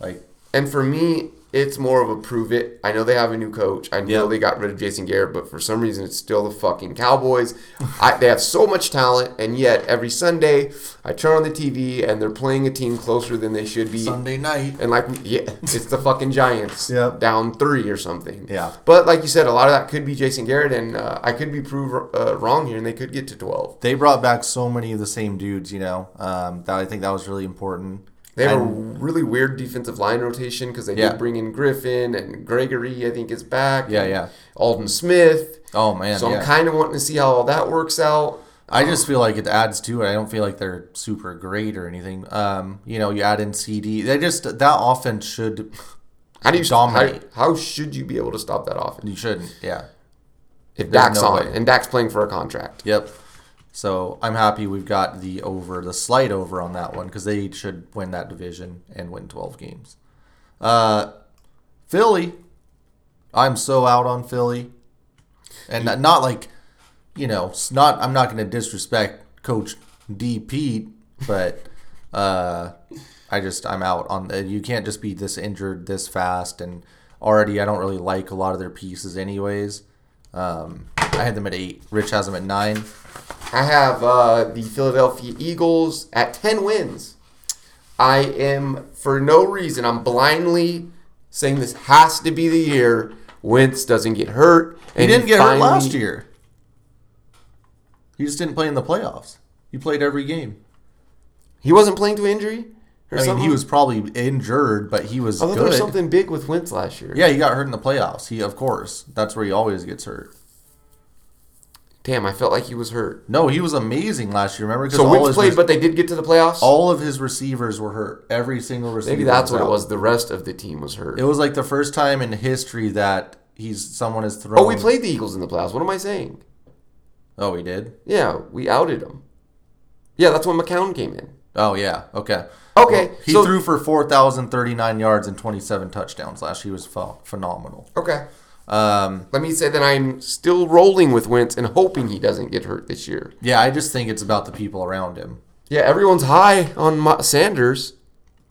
Speaker 2: Like
Speaker 3: And for me, it's more of a prove it. I know they have a new coach. I know
Speaker 2: Yeah.
Speaker 3: they got rid of Jason Garrett, but for some reason, it's still the fucking Cowboys. I, they have so much talent, and yet every Sunday, I turn on the TV and they're playing a team closer than they should be.
Speaker 2: Sunday night.
Speaker 3: And like, yeah, it's the fucking Giants
Speaker 2: Yep.
Speaker 3: down three or something.
Speaker 2: Yeah.
Speaker 3: But like you said, a lot of that could be Jason Garrett, and uh, I could be proved uh, wrong here, and they could get to twelve.
Speaker 2: They brought back so many of the same dudes, you know. Um, that I think that was really important.
Speaker 3: They have a
Speaker 2: And-
Speaker 3: really weird defensive line rotation because they
Speaker 2: Yeah.
Speaker 3: did bring in Griffin and Gregory. I think is back.
Speaker 2: Yeah,
Speaker 3: and
Speaker 2: yeah.
Speaker 3: Alden Smith.
Speaker 2: oh man,
Speaker 3: so
Speaker 2: yeah.
Speaker 3: I'm kind of wanting to see how all that works out.
Speaker 2: I just feel like it adds to it. I don't feel like they're super great or anything. Um, you know, you add in CD. They just that offense should
Speaker 3: How do you
Speaker 2: Dominate.
Speaker 3: How, how should you be able to stop that offense
Speaker 2: you shouldn't. Yeah. There's
Speaker 3: if Dak's
Speaker 2: no
Speaker 3: on
Speaker 2: way.
Speaker 3: and Dak's playing for a contract?
Speaker 2: Yep. So I'm happy we've got the over, the slight over on that one because they should win that division and win 12 games. Uh, Philly, I'm so out on Philly, and not- not like, you know, s- not I'm not going to disrespect Coach D Pete, but uh, I just I'm out on. The, you can't just be this injured this fast, and already I don't really like a lot of their pieces, anyways. Um, I had them at eight. Rich has them at nine.
Speaker 3: I have uh, the Philadelphia Eagles at ten wins. I am for no reason. I'm blindly saying this has to be the year Wentz doesn't get hurt. And
Speaker 2: He didn't get
Speaker 3: finally-
Speaker 2: hurt last year. He just didn't play in the playoffs. He played every game.
Speaker 3: He wasn't playing to injury. Or
Speaker 2: I mean,
Speaker 3: something?
Speaker 2: he was probably injured, but he was
Speaker 3: I thought there was
Speaker 2: good.
Speaker 3: something big with Wentz last year.
Speaker 2: Yeah, he got hurt in the playoffs. He, of course, that's where he always gets hurt.
Speaker 3: Damn, I felt like he was hurt.
Speaker 2: No, he was amazing last year. Remember, because
Speaker 3: So
Speaker 2: all,
Speaker 3: Wentz
Speaker 2: his
Speaker 3: played,
Speaker 2: re-
Speaker 3: but they did get to the playoffs.
Speaker 2: all of his receivers were hurt. Every single receiver.
Speaker 3: Maybe that's what
Speaker 2: out.
Speaker 3: it was. The rest of the team was hurt.
Speaker 2: It was like the first time in history that he's someone has thrown.
Speaker 3: oh, we played the Eagles in the playoffs. What am I saying?
Speaker 2: Oh, he did.
Speaker 3: Yeah, we outed them. Yeah, that's when McCown came in.
Speaker 2: Oh yeah. Okay.
Speaker 3: Okay,
Speaker 2: Well, he
Speaker 3: so-
Speaker 2: threw for four thousand thirty nine yards and twenty seven touchdowns last year. He was ph- phenomenal.
Speaker 3: Okay.
Speaker 2: Um,
Speaker 3: Let me say that I'm still rolling with Wentz and hoping he doesn't get hurt this year.
Speaker 2: yeah, I just think it's about the people around him.
Speaker 3: Yeah, everyone's high on Ma- Sanders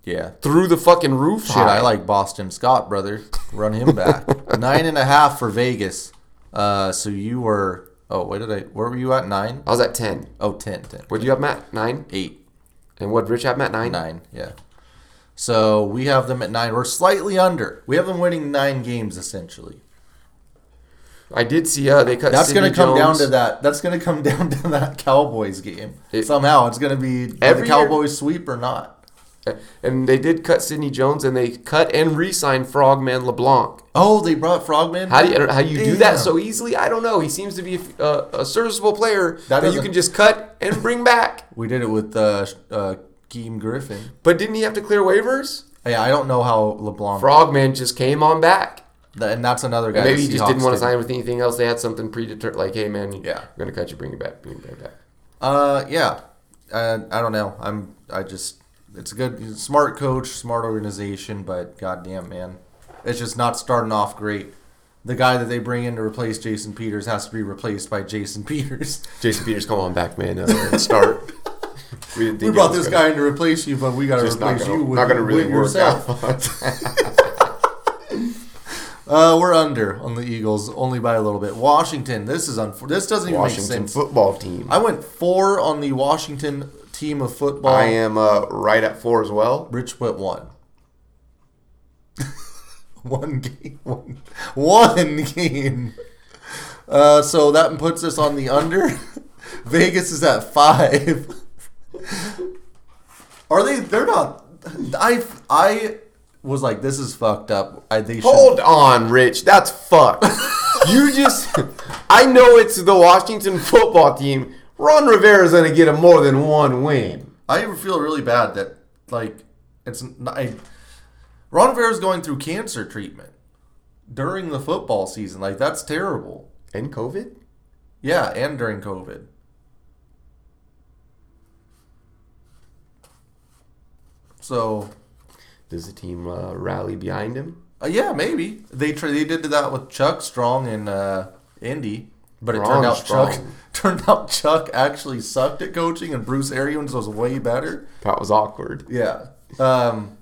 Speaker 2: Yeah.
Speaker 3: through the fucking roof.
Speaker 2: Shit, I like Boston Scott, brother. Run him back. Nine and a half for Vegas. Uh, so you were. Oh, where did I? Where were you at? Nine?
Speaker 3: I was at ten.
Speaker 2: Oh, 10, 10.
Speaker 3: What do you have, Matt? Nine.
Speaker 2: Eight.
Speaker 3: And what Rich have, Matt? Nine.
Speaker 2: Nine, yeah. So we have them at nine. We're slightly under. We have them winning nine games essentially.
Speaker 3: I did see uh, they cut.
Speaker 2: That's
Speaker 3: Sidney
Speaker 2: going to come
Speaker 3: Jones.
Speaker 2: down to that. That's going to come down to that Cowboys game.
Speaker 3: It-
Speaker 2: Somehow it's going to be do the
Speaker 3: Every year-
Speaker 2: Cowboys sweep or not.
Speaker 3: And they did cut Sidney Jones, and they cut and re-signed Frogman LeBlanc.
Speaker 2: Oh, they brought Frogman.
Speaker 3: How do you, I don't know how you do that
Speaker 2: Damn.
Speaker 3: so easily? I don't know. He seems to be a, a, a serviceable player
Speaker 2: That
Speaker 3: that, you
Speaker 2: doesn't-
Speaker 3: can just cut and bring back.
Speaker 2: we did it with uh, sh- uh, Keem Griffin.
Speaker 3: But didn't he have to clear waivers?
Speaker 2: Yeah, I don't know how LeBlanc.
Speaker 3: Frogman just came on back.
Speaker 2: Th- and that's another guy.
Speaker 3: And maybe
Speaker 2: the
Speaker 3: he just didn't
Speaker 2: Seahawks
Speaker 3: want to
Speaker 2: did.
Speaker 3: sign with anything else. They had something predetermined, like, "Hey, man,
Speaker 2: Yeah.
Speaker 3: we're gonna cut you, bring you back, bring you back."
Speaker 2: Uh, yeah. Uh, I don't know. I'm. I just. It's a good, he's a smart coach, smart organization, but goddamn, man, it's just not starting off great. The guy that they bring in to replace Jason Peters has to be replaced by Jason Peters.
Speaker 3: Jason Peters, come on back, man. Uh, start. we didn't
Speaker 2: We
Speaker 3: think it
Speaker 2: brought
Speaker 3: was
Speaker 2: this
Speaker 3: gonna-
Speaker 2: guy in to replace you, but we got to
Speaker 3: Just not
Speaker 2: replace
Speaker 3: gonna,
Speaker 2: you with,
Speaker 3: not gonna really
Speaker 2: with
Speaker 3: work
Speaker 2: yourself.
Speaker 3: out.
Speaker 2: Uh, we're under on the Eagles only by a little bit. Washington, this is unfor- This doesn't even make
Speaker 3: Washington
Speaker 2: sense.
Speaker 3: football team.
Speaker 2: I went four on the Washington team of football.
Speaker 3: I am uh, right at four as well.
Speaker 2: Rich went one. one game. One, one game. Uh, so that puts us on the under. Vegas is at five. Are they? They're not. I I was like, this is fucked up. I they should.
Speaker 3: Hold on, Rich. That's fucked. you just. I know it's the Washington football team. Ron Rivera's going to get him more than one win.
Speaker 2: I feel really bad that like it's not, I, Ron Rivera's going through cancer treatment during the football season. Like that's terrible.
Speaker 3: And COVID?
Speaker 2: Yeah, and during COVID. So,
Speaker 3: Does the team uh, rally behind him?
Speaker 2: uh, yeah, maybe they tr- they did that with Chuck Strong and uh, Indy, but it
Speaker 3: Wrong
Speaker 2: turned out Chuck
Speaker 3: Strong.
Speaker 2: turned out Chuck actually sucked at coaching, and Bruce Arians was way better.
Speaker 3: That was awkward.
Speaker 2: Yeah. Um.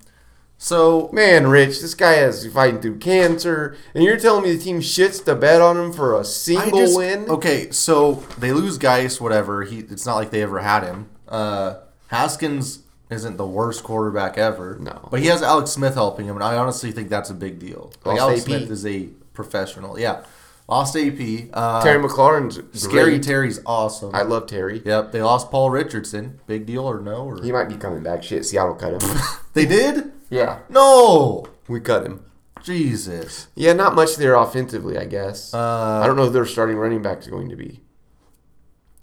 Speaker 2: So
Speaker 3: Man, Rich, this guy is fighting through cancer, and you're telling me the team shits the bed on him for a
Speaker 2: I
Speaker 3: single
Speaker 2: just-
Speaker 3: win?
Speaker 2: Okay, so they lose Geis, whatever. He it's not like they ever had him. Uh, Haskins isn't the worst quarterback ever.
Speaker 3: No.
Speaker 2: But he has Alex Smith helping him, and I honestly think that's a big deal. Like
Speaker 3: Lost
Speaker 2: Alex
Speaker 3: AP.
Speaker 2: Smith is a professional. Yeah. Lost AP. Uh,
Speaker 3: Terry McLaurin's
Speaker 2: Scary
Speaker 3: scary.
Speaker 2: Terry's awesome.
Speaker 3: I love Terry.
Speaker 2: yep, they lost Paul Richardson. Big deal or no? Or
Speaker 3: He might be coming back. Shit, Seattle cut him.
Speaker 2: they did?
Speaker 3: yeah,
Speaker 2: No.
Speaker 3: we cut him.
Speaker 2: Jesus.
Speaker 3: Yeah, not much there offensively, I guess.
Speaker 2: Uh,
Speaker 3: I don't know who their starting running back is going to be.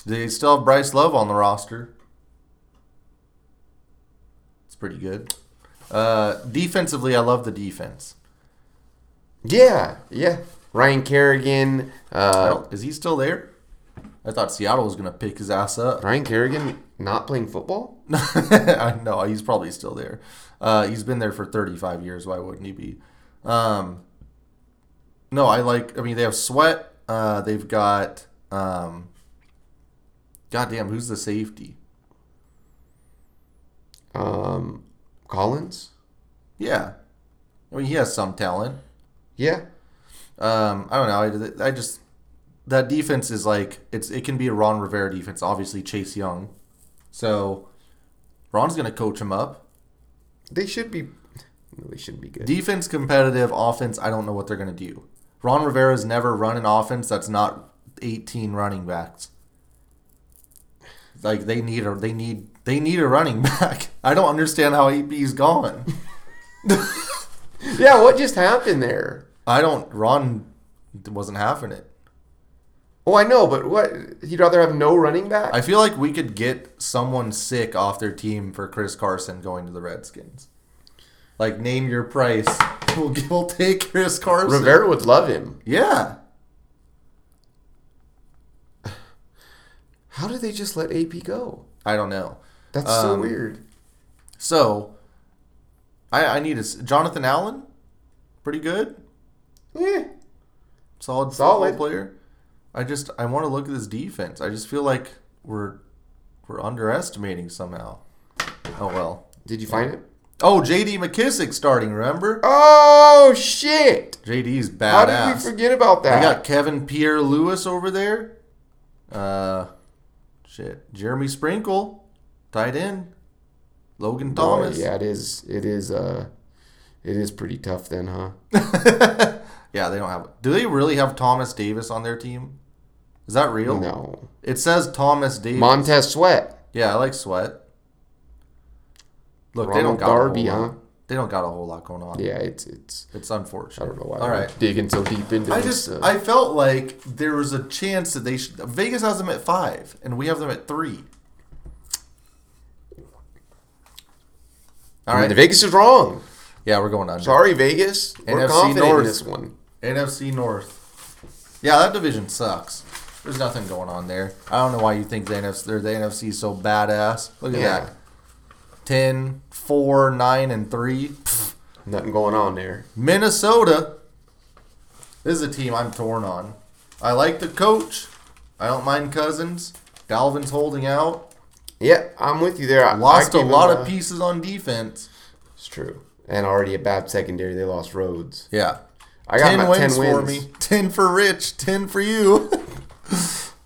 Speaker 2: They still have Bryce Love on the roster. It's pretty good. Uh, defensively, I love the defense.
Speaker 3: Yeah, yeah. Ryan Kerrigan. Uh,
Speaker 2: Well, is he still there? I thought Seattle was going to pick his ass up.
Speaker 3: Ryan Kerrigan not playing football?
Speaker 2: I know he's probably still there. Uh, he's been there for 35 years. Why wouldn't he be? Um, no, I like. I mean, they have Sweat. Uh, they've got. Um, goddamn, who's the safety?
Speaker 3: Um, Collins?
Speaker 2: Yeah, I mean, he has some talent.
Speaker 3: Yeah.
Speaker 2: Um, I don't know. I, I just that defense is like it's it can be a Ron Rivera defense. Obviously, Chase Young. So Ron's gonna coach him up.
Speaker 3: They should be. No, they shouldn't be good.
Speaker 2: Defense competitive, offense. I don't know what they're gonna do. Ron Rivera's never run an offense that's not 18 running backs. Like they need a they need they need a running back. I don't understand how AP's gone.
Speaker 3: yeah, what just happened there?
Speaker 2: I don't. Ron wasn't having it.
Speaker 3: Oh, I know, but what? He'd rather have no running back?
Speaker 2: I feel like we could get someone sick off their team for Chris Carson going to the Redskins. Like name your price. We'll, we'll take Chris Carson.
Speaker 3: Rivera would love him.
Speaker 2: Yeah.
Speaker 3: How did they just let AP go?
Speaker 2: I don't know.
Speaker 3: That's so
Speaker 2: Um,
Speaker 3: weird.
Speaker 2: So, I, I need a s- Jonathan Allen, pretty good,
Speaker 3: Yeah.
Speaker 2: solid,
Speaker 3: Solid.
Speaker 2: solid player. I just I want to look at this defense. I just feel like we're we're underestimating somehow. Oh well.
Speaker 3: Did you find it?
Speaker 2: Oh, J.D. McKissick starting. Remember,
Speaker 3: Oh shit!
Speaker 2: J.D.'s badass.
Speaker 3: How did we forget about
Speaker 2: I
Speaker 3: that?
Speaker 2: got Kevin Pierre Lewis over there. Uh, shit. Jeremy Sprinkle, tight end. Logan
Speaker 3: Boy,
Speaker 2: Thomas.
Speaker 3: Oh, yeah, it is. It is. Uh, it is pretty tough then, huh?
Speaker 2: Yeah, they don't have. Do they really have Thomas Davis on their team? Is that real?
Speaker 3: No.
Speaker 2: It says Thomas Davis.
Speaker 3: Montez Sweat.
Speaker 2: yeah, I like Sweat. Look, they don't
Speaker 3: Ronald
Speaker 2: got
Speaker 3: Darby,
Speaker 2: a whole
Speaker 3: huh?
Speaker 2: lot. They don't got a whole lot going on.
Speaker 3: Yeah, it's it's.
Speaker 2: It's unfortunate.
Speaker 3: I don't know why
Speaker 2: All
Speaker 3: we're
Speaker 2: right.
Speaker 3: digging so deep into
Speaker 2: I
Speaker 3: this.
Speaker 2: just
Speaker 3: uh,
Speaker 2: I felt like there was a chance that they should. Vegas has them at five, and we have them at three. All
Speaker 3: I mean,
Speaker 2: right.
Speaker 3: the Vegas is wrong.
Speaker 2: yeah, we're going under.
Speaker 3: Sorry, Vegas. We're
Speaker 2: NFC
Speaker 3: confident in
Speaker 2: North.
Speaker 3: this one.
Speaker 2: NFC North. Yeah, that division sucks. There's nothing going on there. I don't know why you think the NFC, they're the NFC is so badass. Look at
Speaker 3: Yeah.
Speaker 2: that. 10, 4, 9, and 3. Pfft.
Speaker 3: Nothing going on there.
Speaker 2: Minnesota. This is a team I'm torn on. I like the coach. I don't mind Cousins. Dalvin's holding out.
Speaker 3: Yeah, I'm with you there. I,
Speaker 2: Lost
Speaker 3: a
Speaker 2: a lot of pieces on defense.
Speaker 3: It's true. And already a bad secondary. They lost Rhodes.
Speaker 2: Yeah.
Speaker 3: I got 'em at 10
Speaker 2: for
Speaker 3: wins.
Speaker 2: me. 10 for Rich. 10 for you.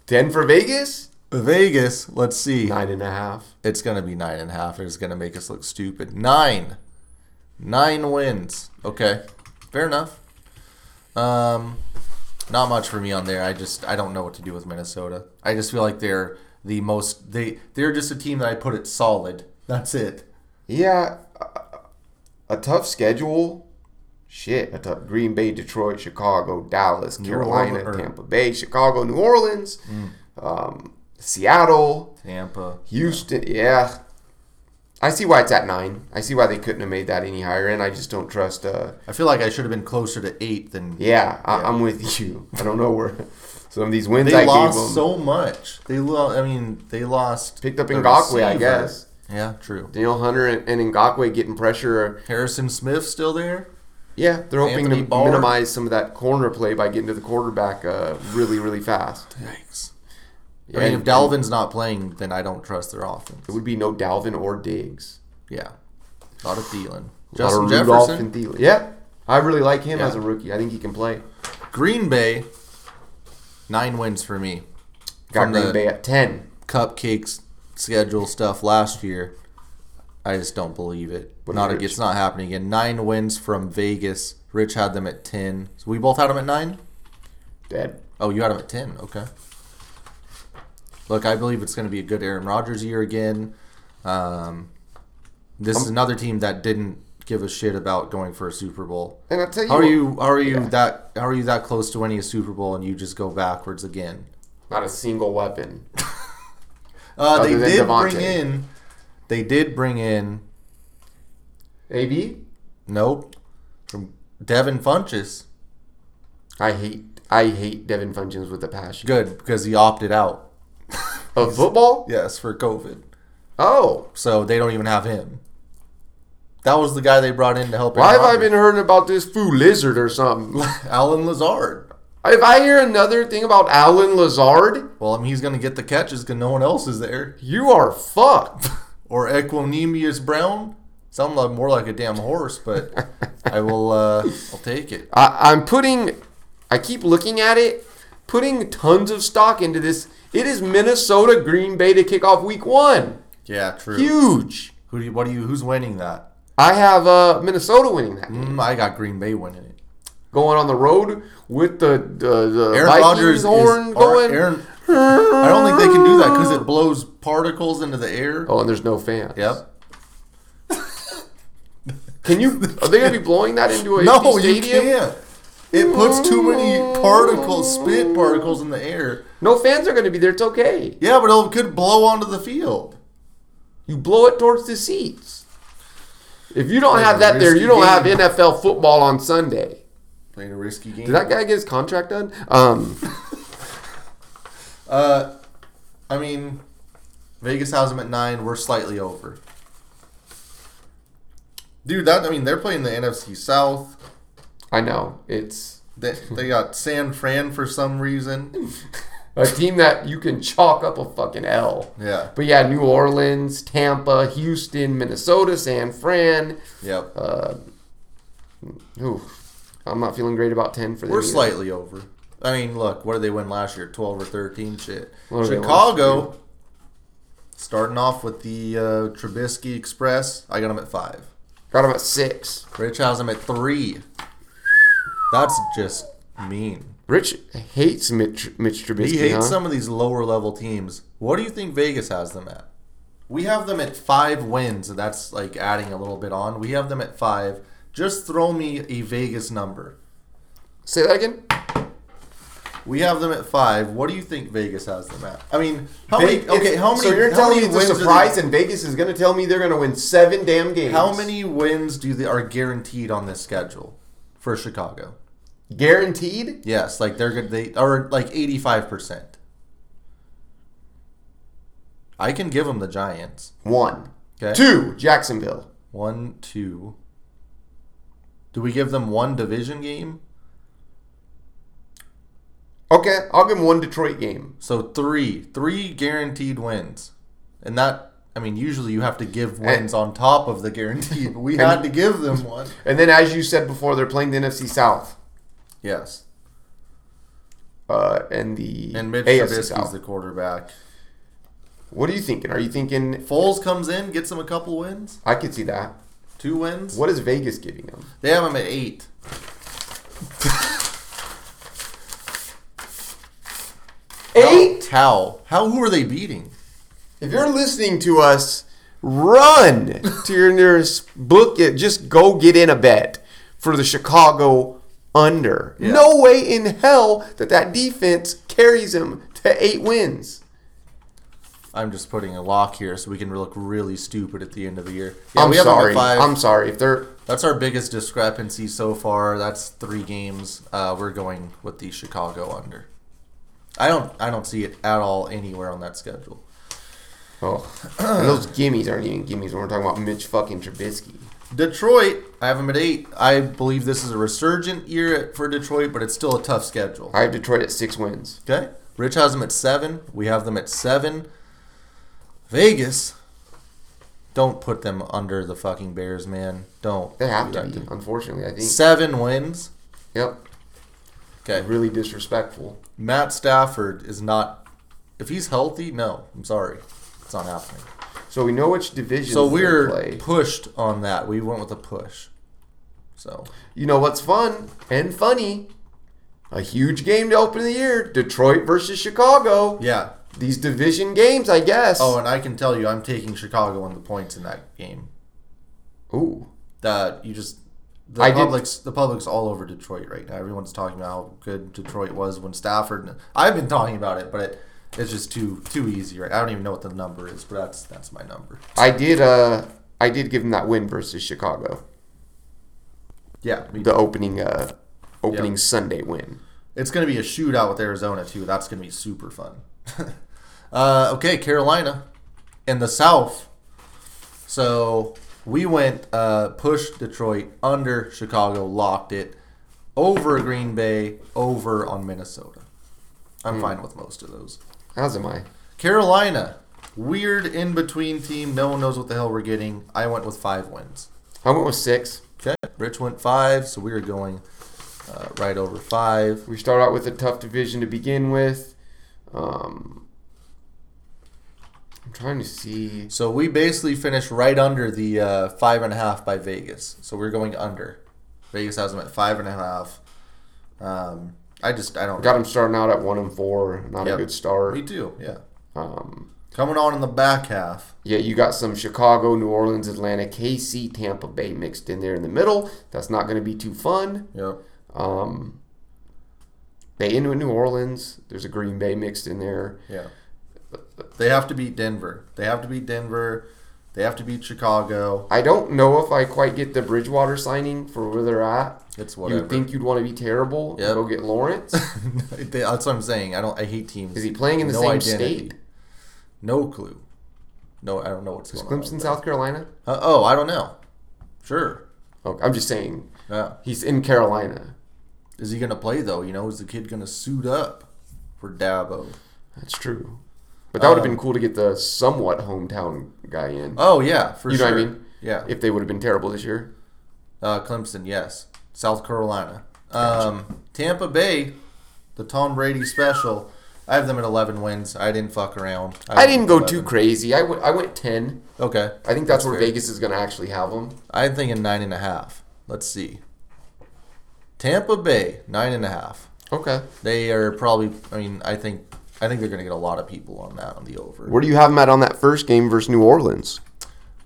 Speaker 3: Ten for Vegas.
Speaker 2: Vegas. Let's see.
Speaker 3: Nine and a half.
Speaker 2: It's gonna be nine and a half. It's gonna make us look stupid. Nine, nine wins. Okay, fair enough. Um, not much for me on there. I just I don't know what to do with Minnesota. I just feel like they're the most they they're just a team that I put it solid. That's it.
Speaker 3: Yeah, a- a tough schedule. Shit, a tough Green Bay, Detroit, Chicago, Dallas, Carolina,
Speaker 2: Orleans- Mm. or-
Speaker 3: Tampa Bay, Chicago, New Orleans, um, Seattle,
Speaker 2: Tampa.
Speaker 3: Houston. Yeah, I see why it's at nine. I see why they couldn't have made that any higher, and I just don't trust. Uh,
Speaker 2: I feel like I should have been closer to eight than
Speaker 3: yeah, I, I'm with you. I don't know where some of these wins
Speaker 2: They
Speaker 3: I
Speaker 2: lost
Speaker 3: gave them
Speaker 2: so much. They lost. I mean, they lost.
Speaker 3: picked up
Speaker 2: the
Speaker 3: Ngakwe, I
Speaker 2: receiver.
Speaker 3: guess.
Speaker 2: Yeah, true.
Speaker 3: Daniel Hunter and, and Ngakwe getting pressure.
Speaker 2: Harrison Smith still there.
Speaker 3: Yeah, they're hoping
Speaker 2: Anthony
Speaker 3: to
Speaker 2: Barr.
Speaker 3: minimize some of that corner play by getting to the quarterback uh, really, really fast.
Speaker 2: Yikes.
Speaker 3: Yeah,
Speaker 2: I mean, if
Speaker 3: and
Speaker 2: Dalvin's not playing, then I don't trust their offense.
Speaker 3: it would be no Dalvin or Diggs.
Speaker 2: Yeah. A lot of Thielen.
Speaker 3: A lot
Speaker 2: Justin
Speaker 3: of Rudolph
Speaker 2: Jefferson.
Speaker 3: and Thielen. Yeah, I really like him
Speaker 2: Yeah.
Speaker 3: as a rookie. I think he can play.
Speaker 2: Green Bay, nine wins for me.
Speaker 3: Got
Speaker 2: From
Speaker 3: Green
Speaker 2: the
Speaker 3: Bay at ten,
Speaker 2: cupcakes schedule stuff last year. I just don't believe it.
Speaker 3: What
Speaker 2: not
Speaker 3: is Rich?
Speaker 2: it's not happening again. Nine wins from Vegas. Rich had them at ten. So we both had them at nine?
Speaker 3: dead.
Speaker 2: Oh, you had him at 10. Okay. Look, I believe it's going to be a good Aaron Rodgers year again. Um, this
Speaker 3: Um,
Speaker 2: is another team that didn't give a shit about going for a Super Bowl.
Speaker 3: And I tell you,
Speaker 2: How are you? How are you
Speaker 3: Yeah.
Speaker 2: that? How are you that close to winning a Super Bowl and you just go backwards again?
Speaker 3: not a single weapon.
Speaker 2: Uh, they
Speaker 3: Other than
Speaker 2: did
Speaker 3: Devontae.
Speaker 2: bring in. They did bring in.
Speaker 3: AB,
Speaker 2: Nope. From Devin Funches.
Speaker 3: I hate, I hate Devin Funchins with a passion.
Speaker 2: Good because he opted out.
Speaker 3: Of football?
Speaker 2: Yes, for COVID.
Speaker 3: Oh,
Speaker 2: So they don't even have him. That was the guy they brought in to help.
Speaker 3: why have
Speaker 2: Aaron
Speaker 3: I
Speaker 2: Rodgers.
Speaker 3: been hearing about this fool lizard or something?
Speaker 2: Alan Lazard.
Speaker 3: if I hear another thing about Alan Lazard,
Speaker 2: Well, I mean, he's going to get the catches because no one else is there.
Speaker 3: you are fucked.
Speaker 2: Or Equinemius Brown. Sound like more like a damn horse, but I will. Uh, I'll take it.
Speaker 3: I, I'm putting, I keep looking at it, putting tons of stock into this. It is Minnesota Green Bay to kick off week one.
Speaker 2: Yeah, true.
Speaker 3: Huge.
Speaker 2: Who do you? What do you? Who's winning that?
Speaker 3: I have uh, Minnesota winning that.
Speaker 2: Mm, I got Green Bay winning it.
Speaker 3: Going on the road with the, the, the
Speaker 2: Aaron
Speaker 3: Vikings
Speaker 2: Rodgers
Speaker 3: horn
Speaker 2: is,
Speaker 3: going.
Speaker 2: Or Aaron, I don't think they can do that because it blows particles into the air.
Speaker 3: oh, and there's no fans.
Speaker 2: Yep.
Speaker 3: Can you, are they going to be blowing that into a
Speaker 2: No,
Speaker 3: empty
Speaker 2: you
Speaker 3: stadium?
Speaker 2: can't. It puts too many particles, spit particles in the air.
Speaker 3: No fans are going to be there. It's okay.
Speaker 2: Yeah, but it could blow onto the field.
Speaker 3: You blow it towards the seats. If you don't
Speaker 2: Like
Speaker 3: have
Speaker 2: a
Speaker 3: that there,
Speaker 2: risky
Speaker 3: you don't have
Speaker 2: game.
Speaker 3: NFL football on Sunday.
Speaker 2: Playing a risky game.
Speaker 3: Did that guy get his contract done? Um,
Speaker 2: Uh, I mean, Vegas has them at nine. We're slightly over. Dude, that I mean, they're playing the NFC South.
Speaker 1: I know it's
Speaker 2: They, they got San Fran for some reason.
Speaker 1: a team that you can chalk up a fucking L.
Speaker 2: Yeah.
Speaker 1: But yeah, New Orleans, Tampa, Houston, Minnesota, San Fran.
Speaker 2: Yep.
Speaker 1: Uh, ooh, I'm not feeling great about ten for them.
Speaker 2: We're
Speaker 1: either.
Speaker 2: slightly over. I mean, look, what did they win last year? 12 or 13? Shit.
Speaker 1: What did they
Speaker 2: Chicago, starting off with the uh, Trubisky Express. I got them at five.
Speaker 1: Got them at six.
Speaker 2: Rich has them at three. That's just mean.
Speaker 1: Rich hates Mitch, Mitch Trubisky.
Speaker 2: He hates
Speaker 1: huh?
Speaker 2: some of these lower level teams. What do you think Vegas has them at? We have them at five wins. and That's like adding a little bit on. We have them at five. Just throw me a Vegas number.
Speaker 1: Say that again.
Speaker 2: We have them at five. What do you think Vegas has them at? I mean, how
Speaker 3: Vegas-
Speaker 2: many? Okay, how many?
Speaker 3: So you're
Speaker 2: how
Speaker 3: telling
Speaker 2: many
Speaker 3: me it's
Speaker 2: wins
Speaker 3: a
Speaker 2: are
Speaker 3: surprise,
Speaker 2: the-
Speaker 3: and Vegas is going to tell me they're going to win seven damn games.
Speaker 2: how many wins do they are guaranteed on this schedule for Chicago?
Speaker 3: guaranteed?
Speaker 2: Yes, like they're good. They are like eighty five percent. I can give them the Giants.
Speaker 3: One,
Speaker 2: Okay,
Speaker 3: two, Jacksonville.
Speaker 2: one, two. Do we give them one division game?
Speaker 3: Okay, I'll give them one Detroit game.
Speaker 2: So three, three guaranteed wins, and that I mean, usually you have to give wins on top of the guarantee, but we had to give them one.
Speaker 3: And then, as you said before, they're playing the NFC South
Speaker 2: Yes,
Speaker 3: uh, and the
Speaker 2: and Mitch
Speaker 3: AFC
Speaker 2: Trubisky's
Speaker 3: South.
Speaker 2: the quarterback.
Speaker 3: What are you thinking? Are you thinking?
Speaker 2: Foles comes in, gets them a couple wins,
Speaker 3: I could see that.
Speaker 2: two wins.
Speaker 3: What is Vegas giving them?
Speaker 2: They have him at eight.
Speaker 3: Eight.
Speaker 2: How? How? Who are they beating?
Speaker 3: If you're listening to us, run to your nearest book. It, just go get in a bet for the Chicago under. No way in hell that that defense carries them to eight wins.
Speaker 2: I'm just putting a lock here so we can look really stupid at the end of the year.
Speaker 3: I'm
Speaker 2: we have 'em at
Speaker 3: sorry.
Speaker 2: five.
Speaker 3: I'm sorry if they're
Speaker 2: That's our biggest discrepancy so far. That's three games. Uh, we're going with the Chicago under. I don't. I don't see it at all anywhere on that schedule.
Speaker 3: oh, and those gimmies aren't even gimmies when we're talking about Mitch fucking Trubisky.
Speaker 2: Detroit. I have them at eight. I believe this is a resurgent year for Detroit, but it's still a tough schedule.
Speaker 3: I have Detroit at six wins.
Speaker 2: Okay. Rich has them at seven. We have them at seven. Vegas. Don't put them under the fucking Bears, man. Don't.
Speaker 3: They have
Speaker 2: do
Speaker 3: to
Speaker 2: that
Speaker 3: be, unfortunately. I think.
Speaker 2: Seven wins.
Speaker 3: Yep.
Speaker 2: Okay.
Speaker 3: Really disrespectful.
Speaker 2: Matt Stafford is not. If he's healthy, no. I'm sorry. It's not happening.
Speaker 3: So we know which division.
Speaker 2: So we're
Speaker 3: play.
Speaker 2: pushed on that. We went with a push. So
Speaker 3: You know what's fun and funny? A huge game to open the year: Detroit versus Chicago.
Speaker 2: yeah.
Speaker 3: These division games, I guess.
Speaker 2: Oh, and I can tell you, I'm taking Chicago on the points in that game.
Speaker 3: Ooh.
Speaker 2: That you just the
Speaker 3: I did-
Speaker 2: public's the public's all over Detroit right now. Everyone's talking about how good Detroit was when Stafford. I've been talking about it, but it, it's just too too easy. Right? I don't even know what the number is, but that's that's my number.
Speaker 3: I did. Uh, I did give them that win versus Chicago.
Speaker 2: Yeah, we-
Speaker 3: The opening. Uh, opening
Speaker 2: Yep.
Speaker 3: Sunday win.
Speaker 2: It's going to be a shootout with Arizona too. That's going to be super fun. uh, okay, Carolina in the South. So we went uh, push Detroit under Chicago, locked it over Green Bay, over on Minnesota. I'm fine with most of those.
Speaker 3: How's am I?
Speaker 2: Carolina, weird in between team. No one knows what the hell we're getting. I went with five wins.
Speaker 3: I went with six.
Speaker 2: Okay, Rich went five, so we are going uh, right over five.
Speaker 3: We start out with a tough division to begin with. Um, I'm trying to see.
Speaker 2: So we basically finished right under the uh, five and a half by Vegas. So we're going under. Vegas has them at five and a half. Um, I just I don't.
Speaker 3: Got them starting out at one and four. Not
Speaker 2: Yep.
Speaker 3: a good
Speaker 2: We
Speaker 3: start.
Speaker 2: do, yeah.
Speaker 3: Um,
Speaker 2: Coming on in the back half.
Speaker 3: Yeah, you got some Chicago, New Orleans, Atlanta, KC, Tampa Bay mixed in there in the middle. That's not going to be too fun.
Speaker 2: Yep.
Speaker 3: Um, they end with New Orleans. There's a Green Bay mixed in there.
Speaker 2: Yeah. They have to beat Denver. They have to beat Denver. They have to beat Chicago.
Speaker 3: I don't know if I quite get the Bridgewater signing for where they're at.
Speaker 2: It's
Speaker 3: You'd
Speaker 2: whatever.
Speaker 3: think you'd want to be terrible and
Speaker 2: Yep.
Speaker 3: go get Lawrence.
Speaker 2: They- That's what I'm saying. I don't. I hate teams.
Speaker 3: Is he playing in the same state?
Speaker 2: No clue. No, I don't know what's
Speaker 3: Is
Speaker 2: going on.
Speaker 3: Clemson, South Carolina?
Speaker 2: Uh, oh, I don't know. Sure.
Speaker 3: Okay, I'm just saying
Speaker 2: Yeah.
Speaker 3: he's in Carolina.
Speaker 2: Is he gonna play though? You know, is the kid gonna suit up for Dabo?
Speaker 3: That's true. Um, But that would have been cool to get the somewhat hometown guy in.
Speaker 2: Oh yeah, for
Speaker 3: You know
Speaker 2: sure.
Speaker 3: what I mean?
Speaker 2: Yeah.
Speaker 3: If they would have been terrible this year,
Speaker 2: Uh, Clemson, yes. South Carolina. Um, Tampa Bay, the Tom Brady special. I have them at 11 wins. I didn't fuck around.
Speaker 3: I didn't go
Speaker 2: 11.
Speaker 3: too crazy. I went I went ten.
Speaker 2: Okay.
Speaker 3: I think that's, where
Speaker 2: fair.
Speaker 3: Vegas is going to actually have them.
Speaker 2: I'm thinking nine and a half. Let's see. Tampa Bay, nine and a half.
Speaker 3: Okay.
Speaker 2: They are probably. I mean, I think. I think they're going to get a lot of people on that on the over.
Speaker 3: Where do you have them at on that first game versus New Orleans?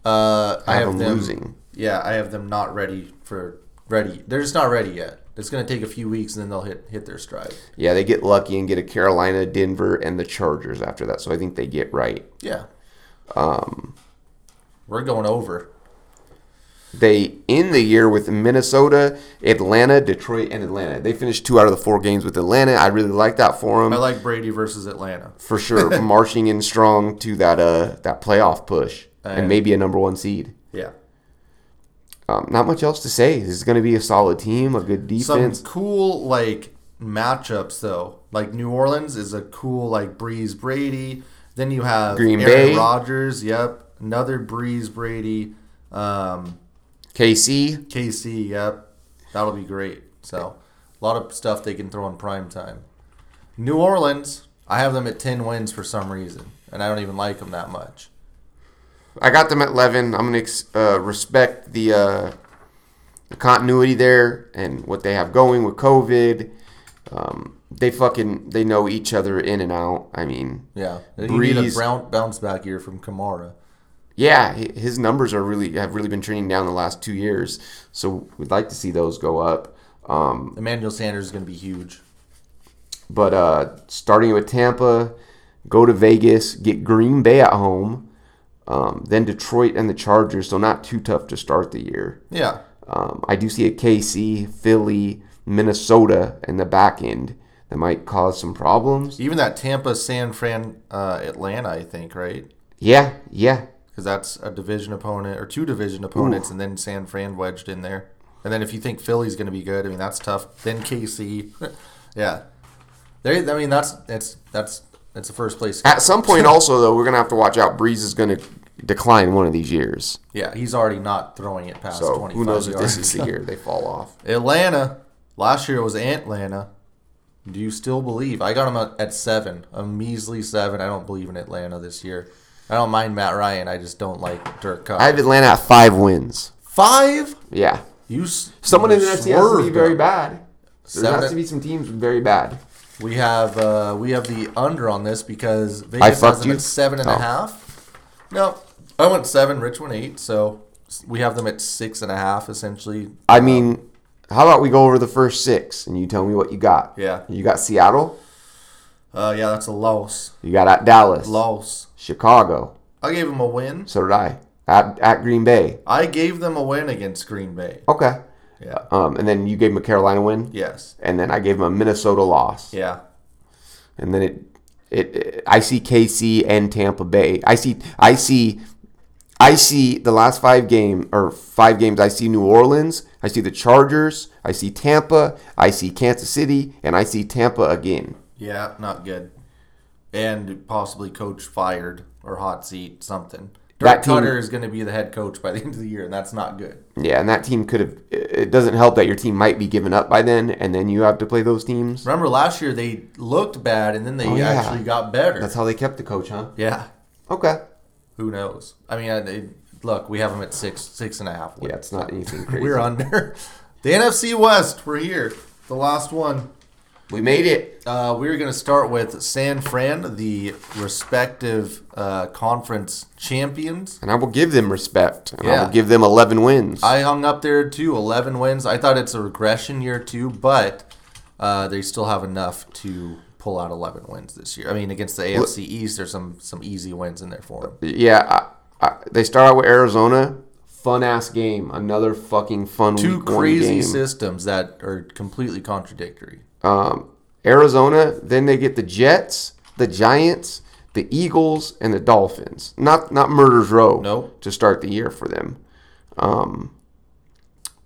Speaker 2: Uh, I
Speaker 3: Have
Speaker 2: have
Speaker 3: them
Speaker 2: them
Speaker 3: losing.
Speaker 2: Yeah, I have them not ready for ready. They're just not ready yet. It's going to take a few weeks, and then they'll hit hit their stride.
Speaker 3: Yeah, they get lucky and get a Carolina, Denver, and the Chargers after that. So I think they get right.
Speaker 2: Yeah. Um, we're going over.
Speaker 3: They end the year with Minnesota, Atlanta, Detroit, and Atlanta. They finished two out of the four games with Atlanta. I really like that for them
Speaker 2: I like Brady versus Atlanta.
Speaker 3: for sure, marching in strong to that uh that playoff push
Speaker 2: Oh,
Speaker 3: and maybe a number one seed.
Speaker 2: Yeah.
Speaker 3: Um, not much else to say. This is going to be a solid team, a good
Speaker 2: Some
Speaker 3: defense.
Speaker 2: cool like matchups though. Like New Orleans is a cool like Breeze Brady. Then you have
Speaker 3: Green
Speaker 2: Aaron
Speaker 3: Bay.
Speaker 2: Rodgers. Yep, another Breeze Brady. Um,
Speaker 3: KC,
Speaker 2: KC. Yep, that'll be great. So a lot of stuff they can throw in prime time. New Orleans. I have them at ten wins for some reason, and I don't even like them that much.
Speaker 3: I got them at eleven. I'm going to ex- uh, respect the uh, the continuity there and what they have going with COVID. Um, they fucking they know each other in and out. I mean,
Speaker 2: Yeah, you need a
Speaker 3: Breeze.
Speaker 2: brown, bounce back year from Kamara.
Speaker 3: Yeah, hi- his numbers are really have really been trending down the last two years. So we'd like to see those go up. Um,
Speaker 2: Emmanuel Sanders is going to be huge.
Speaker 3: but uh, starting with Tampa, go to Vegas, get Green Bay at home, um, then Detroit and the Chargers. So not too tough to start the year.
Speaker 2: Yeah,
Speaker 3: Um, I do see a KC, Philly, Minnesota in the back end that might cause some problems.
Speaker 2: even that Tampa, San Fran, uh, Atlanta. I think right
Speaker 3: Yeah, yeah,
Speaker 2: because that's a division opponent or two division opponents, and then San Fran wedged in there. And then if you think Philly's going to be good, I mean that's tough. Then KC, yeah, they. I mean that's that's that's that's the first place.
Speaker 3: At some point, also though, we're gonna have to watch out. Breeze is gonna decline one of these years.
Speaker 2: Yeah, he's already not throwing it past
Speaker 3: So
Speaker 2: twenty.
Speaker 3: who knows if this is the year they fall off.
Speaker 2: Atlanta. Last year it was Atlanta. Do you still believe? I got him at, at seven, a measly seven. I don't believe in Atlanta this year. I don't mind Matt Ryan. I just don't like Dirk Cup.
Speaker 3: I have Atlanta at five wins.
Speaker 2: Five?
Speaker 3: Yeah.
Speaker 2: You s-
Speaker 3: Someone in
Speaker 2: you
Speaker 3: the NFC has to be
Speaker 2: swerved
Speaker 3: very
Speaker 2: up.
Speaker 3: bad. There
Speaker 2: Seven-
Speaker 3: has to be some teams very bad.
Speaker 2: We have uh, we have the under on this because Vegas
Speaker 3: fucked
Speaker 2: has them
Speaker 3: you?
Speaker 2: at seven and a
Speaker 3: Oh.
Speaker 2: half. No, I went seven. Rich went eight. So we have them at six and a half essentially.
Speaker 3: I mean, how about we go over the first six and you tell me what you got?
Speaker 2: Yeah.
Speaker 3: You got Seattle.
Speaker 2: Uh, yeah, that's a loss.
Speaker 3: You got at Dallas.
Speaker 2: Loss.
Speaker 3: Chicago.
Speaker 2: I gave them a win.
Speaker 3: So did I. At, at Green Bay.
Speaker 2: I gave them a win against Green Bay.
Speaker 3: Okay.
Speaker 2: Yeah.
Speaker 3: Um, and then you gave them a Carolina win.
Speaker 2: Yes.
Speaker 3: And then I gave them a Minnesota loss.
Speaker 2: Yeah.
Speaker 3: And then it, it, it- I see KC and Tampa Bay. I see I see I see the last five game or five games. I see New Orleans. I see the Chargers. I see Tampa. I see Kansas City, and I see Tampa again.
Speaker 2: Yeah. Not good. And possibly coach fired or hot seat something. Dirk
Speaker 3: That team-
Speaker 2: Cutter is going to be the head coach by the end of the year, and that's not good.
Speaker 3: Yeah, and that team could have. It doesn't help that your team might be given up by then, and then you have to play those teams.
Speaker 2: Remember last year they looked bad, and then they
Speaker 3: Oh, yeah.
Speaker 2: actually got better.
Speaker 3: That's how they kept the coach, huh?
Speaker 2: Yeah.
Speaker 3: Okay.
Speaker 2: Who knows? I mean, I, it, look, we have them at six, six and a half.
Speaker 3: Yeah,
Speaker 2: wins.
Speaker 3: it's not anything crazy.
Speaker 2: we're under the NFC West. We're here, the last one.
Speaker 3: We made it.
Speaker 2: Uh, we're going to start with San Fran, the respective uh, conference champions.
Speaker 3: And I will give them respect. And I
Speaker 2: Yeah.
Speaker 3: will give them 11 wins.
Speaker 2: I hung up there too, eleven wins. I thought it's a regression year too, but uh, they still have enough to pull out eleven wins this year. I mean, against the AFC East, there's some some easy wins in there for them.
Speaker 3: Yeah, I, I, they start out with Arizona. Fun ass game. Another fucking fun.
Speaker 2: Two
Speaker 3: week one
Speaker 2: crazy
Speaker 3: game.
Speaker 2: systems that are completely contradictory.
Speaker 3: Um, Arizona. Then they get the Jets, the Giants, the Eagles, and the Dolphins. Not not Murder's Row.
Speaker 2: Nope.
Speaker 3: To start the year for them. Um,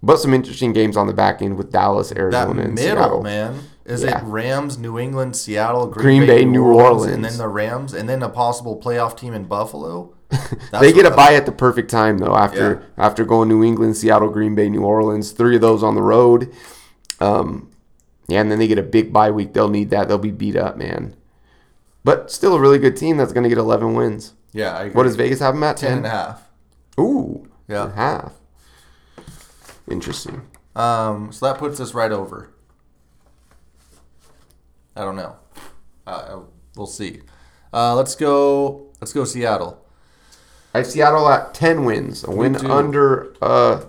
Speaker 3: But some interesting games on the back end with Dallas, Arizona,
Speaker 2: That
Speaker 3: and
Speaker 2: middle
Speaker 3: Seattle.
Speaker 2: man is
Speaker 3: Yeah.
Speaker 2: it Rams, New England, Seattle,
Speaker 3: Green Bay, New
Speaker 2: and
Speaker 3: Orleans.
Speaker 2: then the Rams, and then a possible playoff team in Buffalo. That's
Speaker 3: They get a
Speaker 2: what-
Speaker 3: bye at the perfect time though. After after going New England, Seattle, Green Bay, New Orleans, three of those on the road. Um, yeah, and then they get a big bye week. They'll need that. They'll be beat up, man. But still a really good team that's going to get 11 wins.
Speaker 2: Yeah, I agree.
Speaker 3: What does Vegas have them at? 10?
Speaker 2: ten and a half?
Speaker 3: Ooh,
Speaker 2: Yeah.
Speaker 3: and a half. Interesting.
Speaker 2: Um, so that puts us right over. I don't know. Uh, Uh, we'll see. Uh, let's go. Let's go Seattle.
Speaker 3: I have Seattle at 10 wins, a win
Speaker 2: do.
Speaker 3: under uh,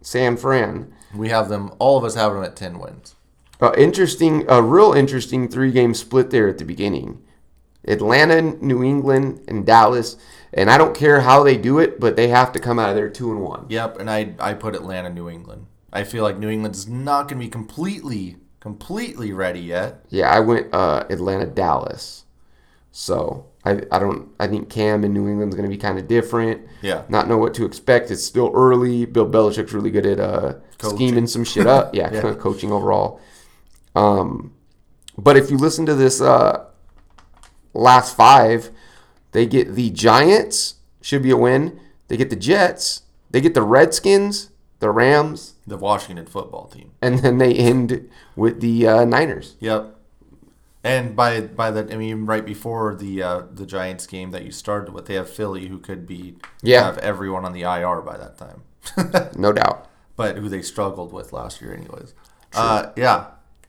Speaker 3: San Fran.
Speaker 2: We have them. All of us have them at ten wins.
Speaker 3: Uh, interesting, a real interesting three game split there at the beginning. Atlanta, New England, and Dallas. And I don't care how they do it, but they have to come out of there two and one.
Speaker 2: Yep, and I I put Atlanta, New England. I feel like New England's not going to be completely completely ready yet.
Speaker 3: Yeah, I went uh, Atlanta, Dallas. So I, I don't I think Cam in New England's going to be kind of different.
Speaker 2: Yeah.
Speaker 3: not know what to expect. It's still early. Bill Belichick's really good at uh,
Speaker 2: Coaching.
Speaker 3: scheming some shit up. Yeah,
Speaker 2: Yeah.
Speaker 3: coaching overall. Um, but if you listen to this uh, last five, they get the Giants, should be a win. They get the Jets, they get the Redskins, the Rams,
Speaker 2: The Washington football team.
Speaker 3: and then they end with the uh, Niners.
Speaker 2: Yep. And by by the I mean right before the uh, the Giants game that you started with, they have Philly who could be
Speaker 3: Yeah.
Speaker 2: have everyone on the IR by that time.
Speaker 3: No doubt.
Speaker 2: but who they struggled with last year anyways. Uh, yeah.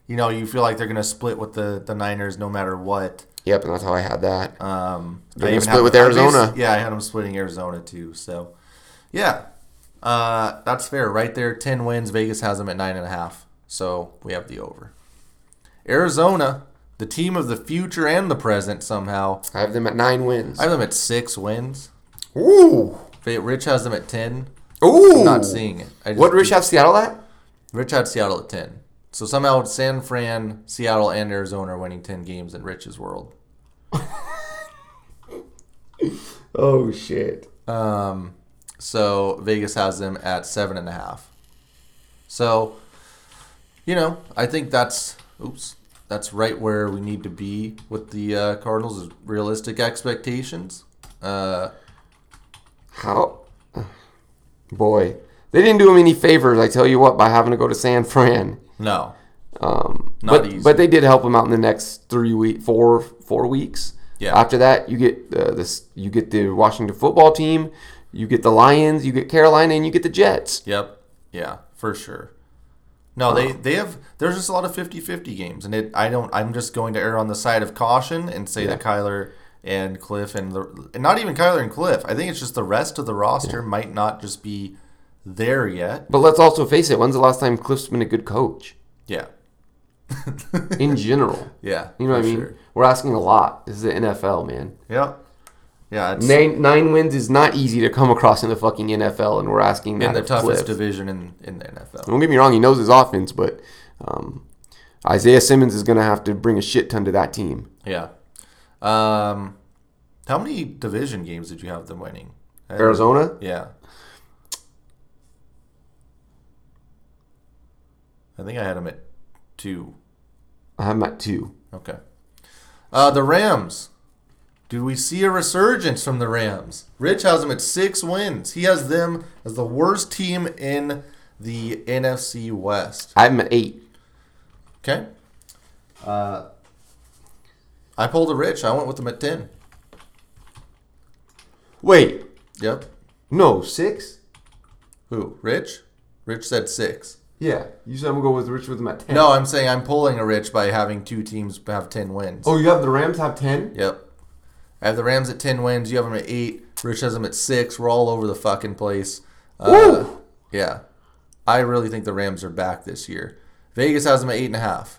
Speaker 2: You know, you feel like they're gonna split with the, the Niners no matter what.
Speaker 3: Yep, and that's how I had that.
Speaker 2: Um,
Speaker 3: They're
Speaker 2: I
Speaker 3: gonna
Speaker 2: even
Speaker 3: split
Speaker 2: had-
Speaker 3: with
Speaker 2: I bas-
Speaker 3: Arizona.
Speaker 2: Yeah, I had them splitting Arizona too. So, yeah, uh, that's fair. Right there, ten wins. Vegas has them at nine and a half. So we have the over. Arizona, the team of the future and the present, somehow.
Speaker 3: I have them at nine wins.
Speaker 2: I have them at six wins.
Speaker 3: Ooh.
Speaker 2: Fa- Rich has them at ten.
Speaker 3: Ooh.
Speaker 2: I'm not seeing it. I just
Speaker 3: What Rich
Speaker 2: keep-
Speaker 3: have Seattle at?
Speaker 2: Rich had Seattle at ten. So somehow San Fran, Seattle, and Arizona are winning ten games in Rich's world.
Speaker 3: Oh, shit.
Speaker 2: Um, so Vegas has them at seven and a half. So, you know, I think that's oops, that's right where we need to be with the uh, Cardinals' is realistic expectations. Uh,
Speaker 3: How? Boy, they didn't do him any favors. I tell you what, by having to go to San Fran.
Speaker 2: no,
Speaker 3: Um,
Speaker 2: Not
Speaker 3: but
Speaker 2: easy.
Speaker 3: but they did help him out in the next three week, four four weeks.
Speaker 2: Yeah.
Speaker 3: After that, you get uh, this. You get the Washington football team. You get the Lions. You get Carolina, and you get the Jets.
Speaker 2: yep, yeah, for sure. No, they they have. There's just a lot of 50-50 games, and it. I don't. I'm just going to err on the side of caution and say that Kyler and Cliff and the and not even Kyler and Cliff. I think it's just the rest of the roster might not just be there yet.
Speaker 3: But let's also face it. When's the last time Cliff's been a good coach
Speaker 2: Yeah.
Speaker 3: in general?
Speaker 2: Yeah.
Speaker 3: You know what
Speaker 2: for
Speaker 3: I mean?
Speaker 2: Sure.
Speaker 3: We're asking a lot. This is the NFL, man.
Speaker 2: Yeah. Yeah. It's
Speaker 3: Nine, nine wins is not easy to come across in the fucking NFL, and we're asking that
Speaker 2: in the
Speaker 3: of
Speaker 2: toughest
Speaker 3: Cliff.
Speaker 2: division in, in the NFL.
Speaker 3: Don't get me wrong, he knows his offense, but um, Isaiah Simmons is going to have to bring a shit ton to that team.
Speaker 2: Yeah. Um, how many division games did you have them winning? I-
Speaker 3: Arizona?
Speaker 2: Yeah. I think I had them at two.
Speaker 3: I'm at two.
Speaker 2: Okay. Uh, the Rams. Do we see a resurgence from the Rams? Rich has them at six wins. He has them as the worst team in the NFC West.
Speaker 3: I'm at eight.
Speaker 2: Okay. Uh, I pulled a rich. I went with them at 10.
Speaker 3: Wait,
Speaker 2: Yep.
Speaker 3: no, six?
Speaker 2: Who? Rich? Rich said six.
Speaker 3: Yeah, you said I'm going to go with Rich with him at 10.
Speaker 2: No, I'm saying I'm pulling a rich by having two teams have 10 wins.
Speaker 3: Oh, you have the Rams have 10?
Speaker 2: Yep. I have the Rams at 10 wins. You have them at 8. Rich has them at 6. We're all over the fucking place. Uh,
Speaker 3: Woo!
Speaker 2: yeah. I really think the Rams are back this year. Vegas has them at 8.5.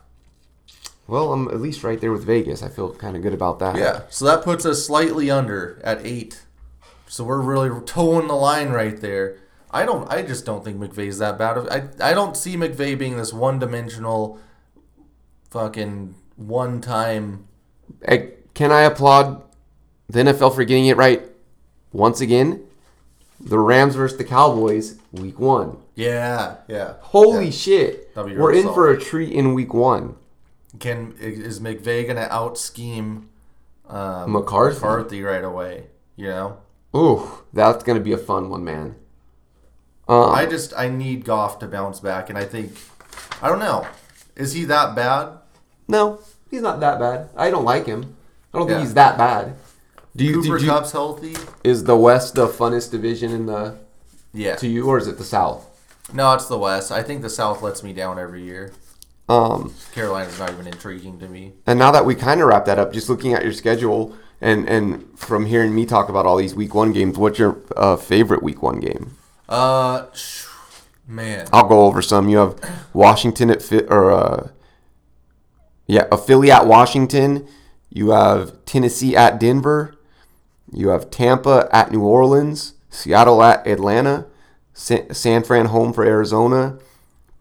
Speaker 3: Well, I'm at least right there with Vegas. I feel kind of good about that.
Speaker 2: Yeah, so that puts us slightly under at eight. So we're really towing the line right there. I don't. I just don't think McVay's that bad. Of, I I don't see McVay being this one-dimensional, fucking one-time.
Speaker 3: I, can I applaud the NFL for getting it right once again? The Rams versus the Cowboys, week one.
Speaker 2: Yeah, yeah.
Speaker 3: Holy
Speaker 2: Yeah.
Speaker 3: shit.
Speaker 2: That'd be
Speaker 3: We're
Speaker 2: really
Speaker 3: in for a treat in week one.
Speaker 2: Can is McVay gonna out scheme um,
Speaker 3: McCarthy.
Speaker 2: McCarthy right away? You know,
Speaker 3: Ooh, that's going to be a fun one, man. Uh.
Speaker 2: I just I need Goff to bounce back, and I think I don't know. Is he that bad?
Speaker 3: No, he's not that bad. I don't like him. I don't
Speaker 2: Yeah.
Speaker 3: think he's that bad. Do you,
Speaker 2: Cooper
Speaker 3: do you
Speaker 2: Cup's healthy.
Speaker 3: is the West the funnest division in the
Speaker 2: Yeah.
Speaker 3: to you, or is it the South?
Speaker 2: No, it's the West. I think the South lets me down every year.
Speaker 3: Um,
Speaker 2: Carolina's not even intriguing to me.
Speaker 3: and now that we kind of wrap that up, just looking at your schedule and and from hearing me talk about all these Week One games, what's your uh, favorite Week One game?
Speaker 2: Uh, sh- man.
Speaker 3: I'll go over some. You have Washington at Phil- or uh, yeah, a Philly at Washington. You have Tennessee at Denver. You have Tampa at New Orleans. Seattle at Atlanta. San, San Fran home for Arizona.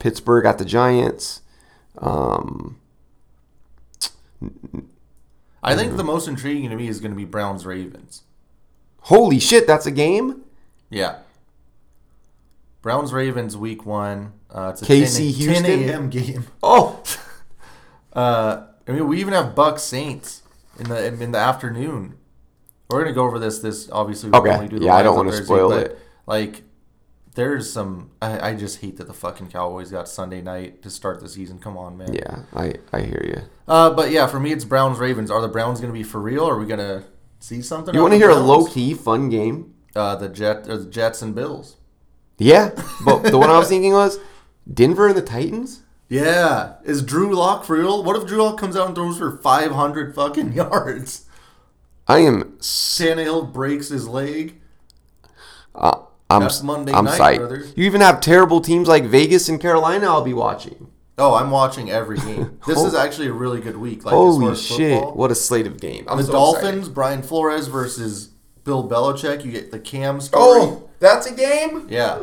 Speaker 3: Pittsburgh at the Giants. Um,
Speaker 2: I
Speaker 3: Mm.
Speaker 2: think the most intriguing to me is going to be Browns Ravens.
Speaker 3: holy shit, that's a game.
Speaker 2: Yeah. Browns Ravens week one. Uh, it's a
Speaker 3: KC
Speaker 2: 10 a- 10
Speaker 3: Houston?
Speaker 2: a.m. game.
Speaker 3: Oh,
Speaker 2: Uh, I mean, we even have Bucks Saints in the in the afternoon. We're gonna go over this. This obviously. We
Speaker 3: Okay.
Speaker 2: only
Speaker 3: Yeah, I
Speaker 2: lines
Speaker 3: don't
Speaker 2: on
Speaker 3: wanna
Speaker 2: Thursday,
Speaker 3: spoil
Speaker 2: but,
Speaker 3: it.
Speaker 2: Like, there's some. I, I just hate that the fucking Cowboys got Sunday night to start the season. Come on, man.
Speaker 3: yeah, I I hear you.
Speaker 2: Uh, but yeah, for me, it's Browns Ravens. Are the Browns gonna be for real? Are we gonna see something?
Speaker 3: You
Speaker 2: out
Speaker 3: want to
Speaker 2: of
Speaker 3: hear
Speaker 2: the
Speaker 3: a low
Speaker 2: Browns?
Speaker 3: key fun game?
Speaker 2: Uh, the Jet or the Jets and Bills.
Speaker 3: Yeah, but the one I was thinking was Denver and the Titans.
Speaker 2: Yeah, is Drew Lock for real? What if Drew Lock comes out and throws for 500 fucking yards?
Speaker 3: I am
Speaker 2: Tannehill breaks his leg.
Speaker 3: Uh, I'm,
Speaker 2: That's Monday
Speaker 3: I'm
Speaker 2: night,
Speaker 3: psyched.
Speaker 2: brother.
Speaker 3: You even have terrible teams like Vegas and Carolina. I'll be watching.
Speaker 2: Oh, I'm watching every game. This is actually a really good week. Like, as far
Speaker 3: Holy
Speaker 2: as
Speaker 3: shit!
Speaker 2: football.
Speaker 3: What a slate of games. I'm
Speaker 2: the
Speaker 3: so
Speaker 2: Dolphins,
Speaker 3: excited.
Speaker 2: Brian Flores versus Bill Belichick. You get the Cam story.
Speaker 3: Oh, that's a game.
Speaker 2: Yeah.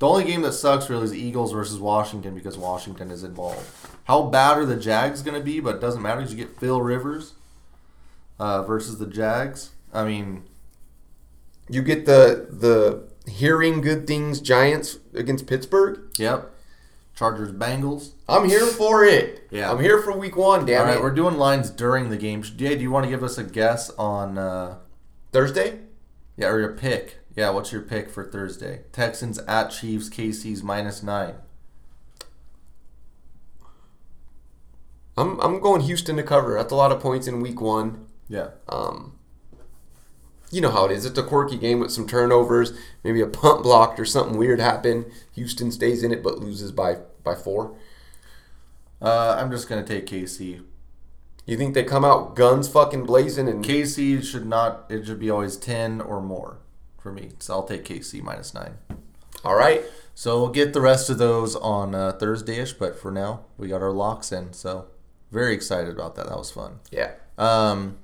Speaker 2: The only game that sucks really is Eagles versus Washington because Washington is involved. How bad are the Jags going to be? But it doesn't matter because you get Phil Rivers uh, versus the Jags. I mean,
Speaker 3: You get the the hearing good things Giants against Pittsburgh.
Speaker 2: yep. Chargers, Bengals.
Speaker 3: I'm here for it.
Speaker 2: Yeah.
Speaker 3: I'm here for Week One. Damn
Speaker 2: All right,
Speaker 3: it.
Speaker 2: we're doing lines during the game. Jay, do you want to give us a guess on, uh,
Speaker 3: Thursday.
Speaker 2: yeah, or your pick? Yeah, what's your pick for Thursday? Texans at Chiefs, KC's minus nine.
Speaker 3: I'm I'm going Houston to cover. That's a lot of points in Week One.
Speaker 2: Yeah.
Speaker 3: Um, you know how it is. It's a quirky game with some turnovers, maybe a punt blocked or something weird happened. Houston stays in it but loses by by four.
Speaker 2: Uh, I'm just going to take KC.
Speaker 3: You think they come out guns fucking blazing and
Speaker 2: KC should not. It should be always ten or more for me. So I'll take KC minus nine.
Speaker 3: all right?
Speaker 2: So we'll get the rest of those on uh, Thursday-ish. But for now, we got our locks in. So very excited about that. That was fun.
Speaker 3: Yeah.
Speaker 2: Um,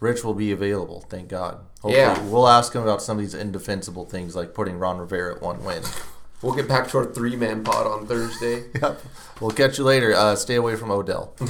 Speaker 2: Rich will be available. Thank God. Hopefully,
Speaker 3: Yeah.
Speaker 2: We'll ask him about some of these indefensible things like putting Ron Rivera at one win.
Speaker 3: We'll get back to our three man pod on Thursday.
Speaker 2: Yep. We'll catch you later. Uh, stay away from Odell.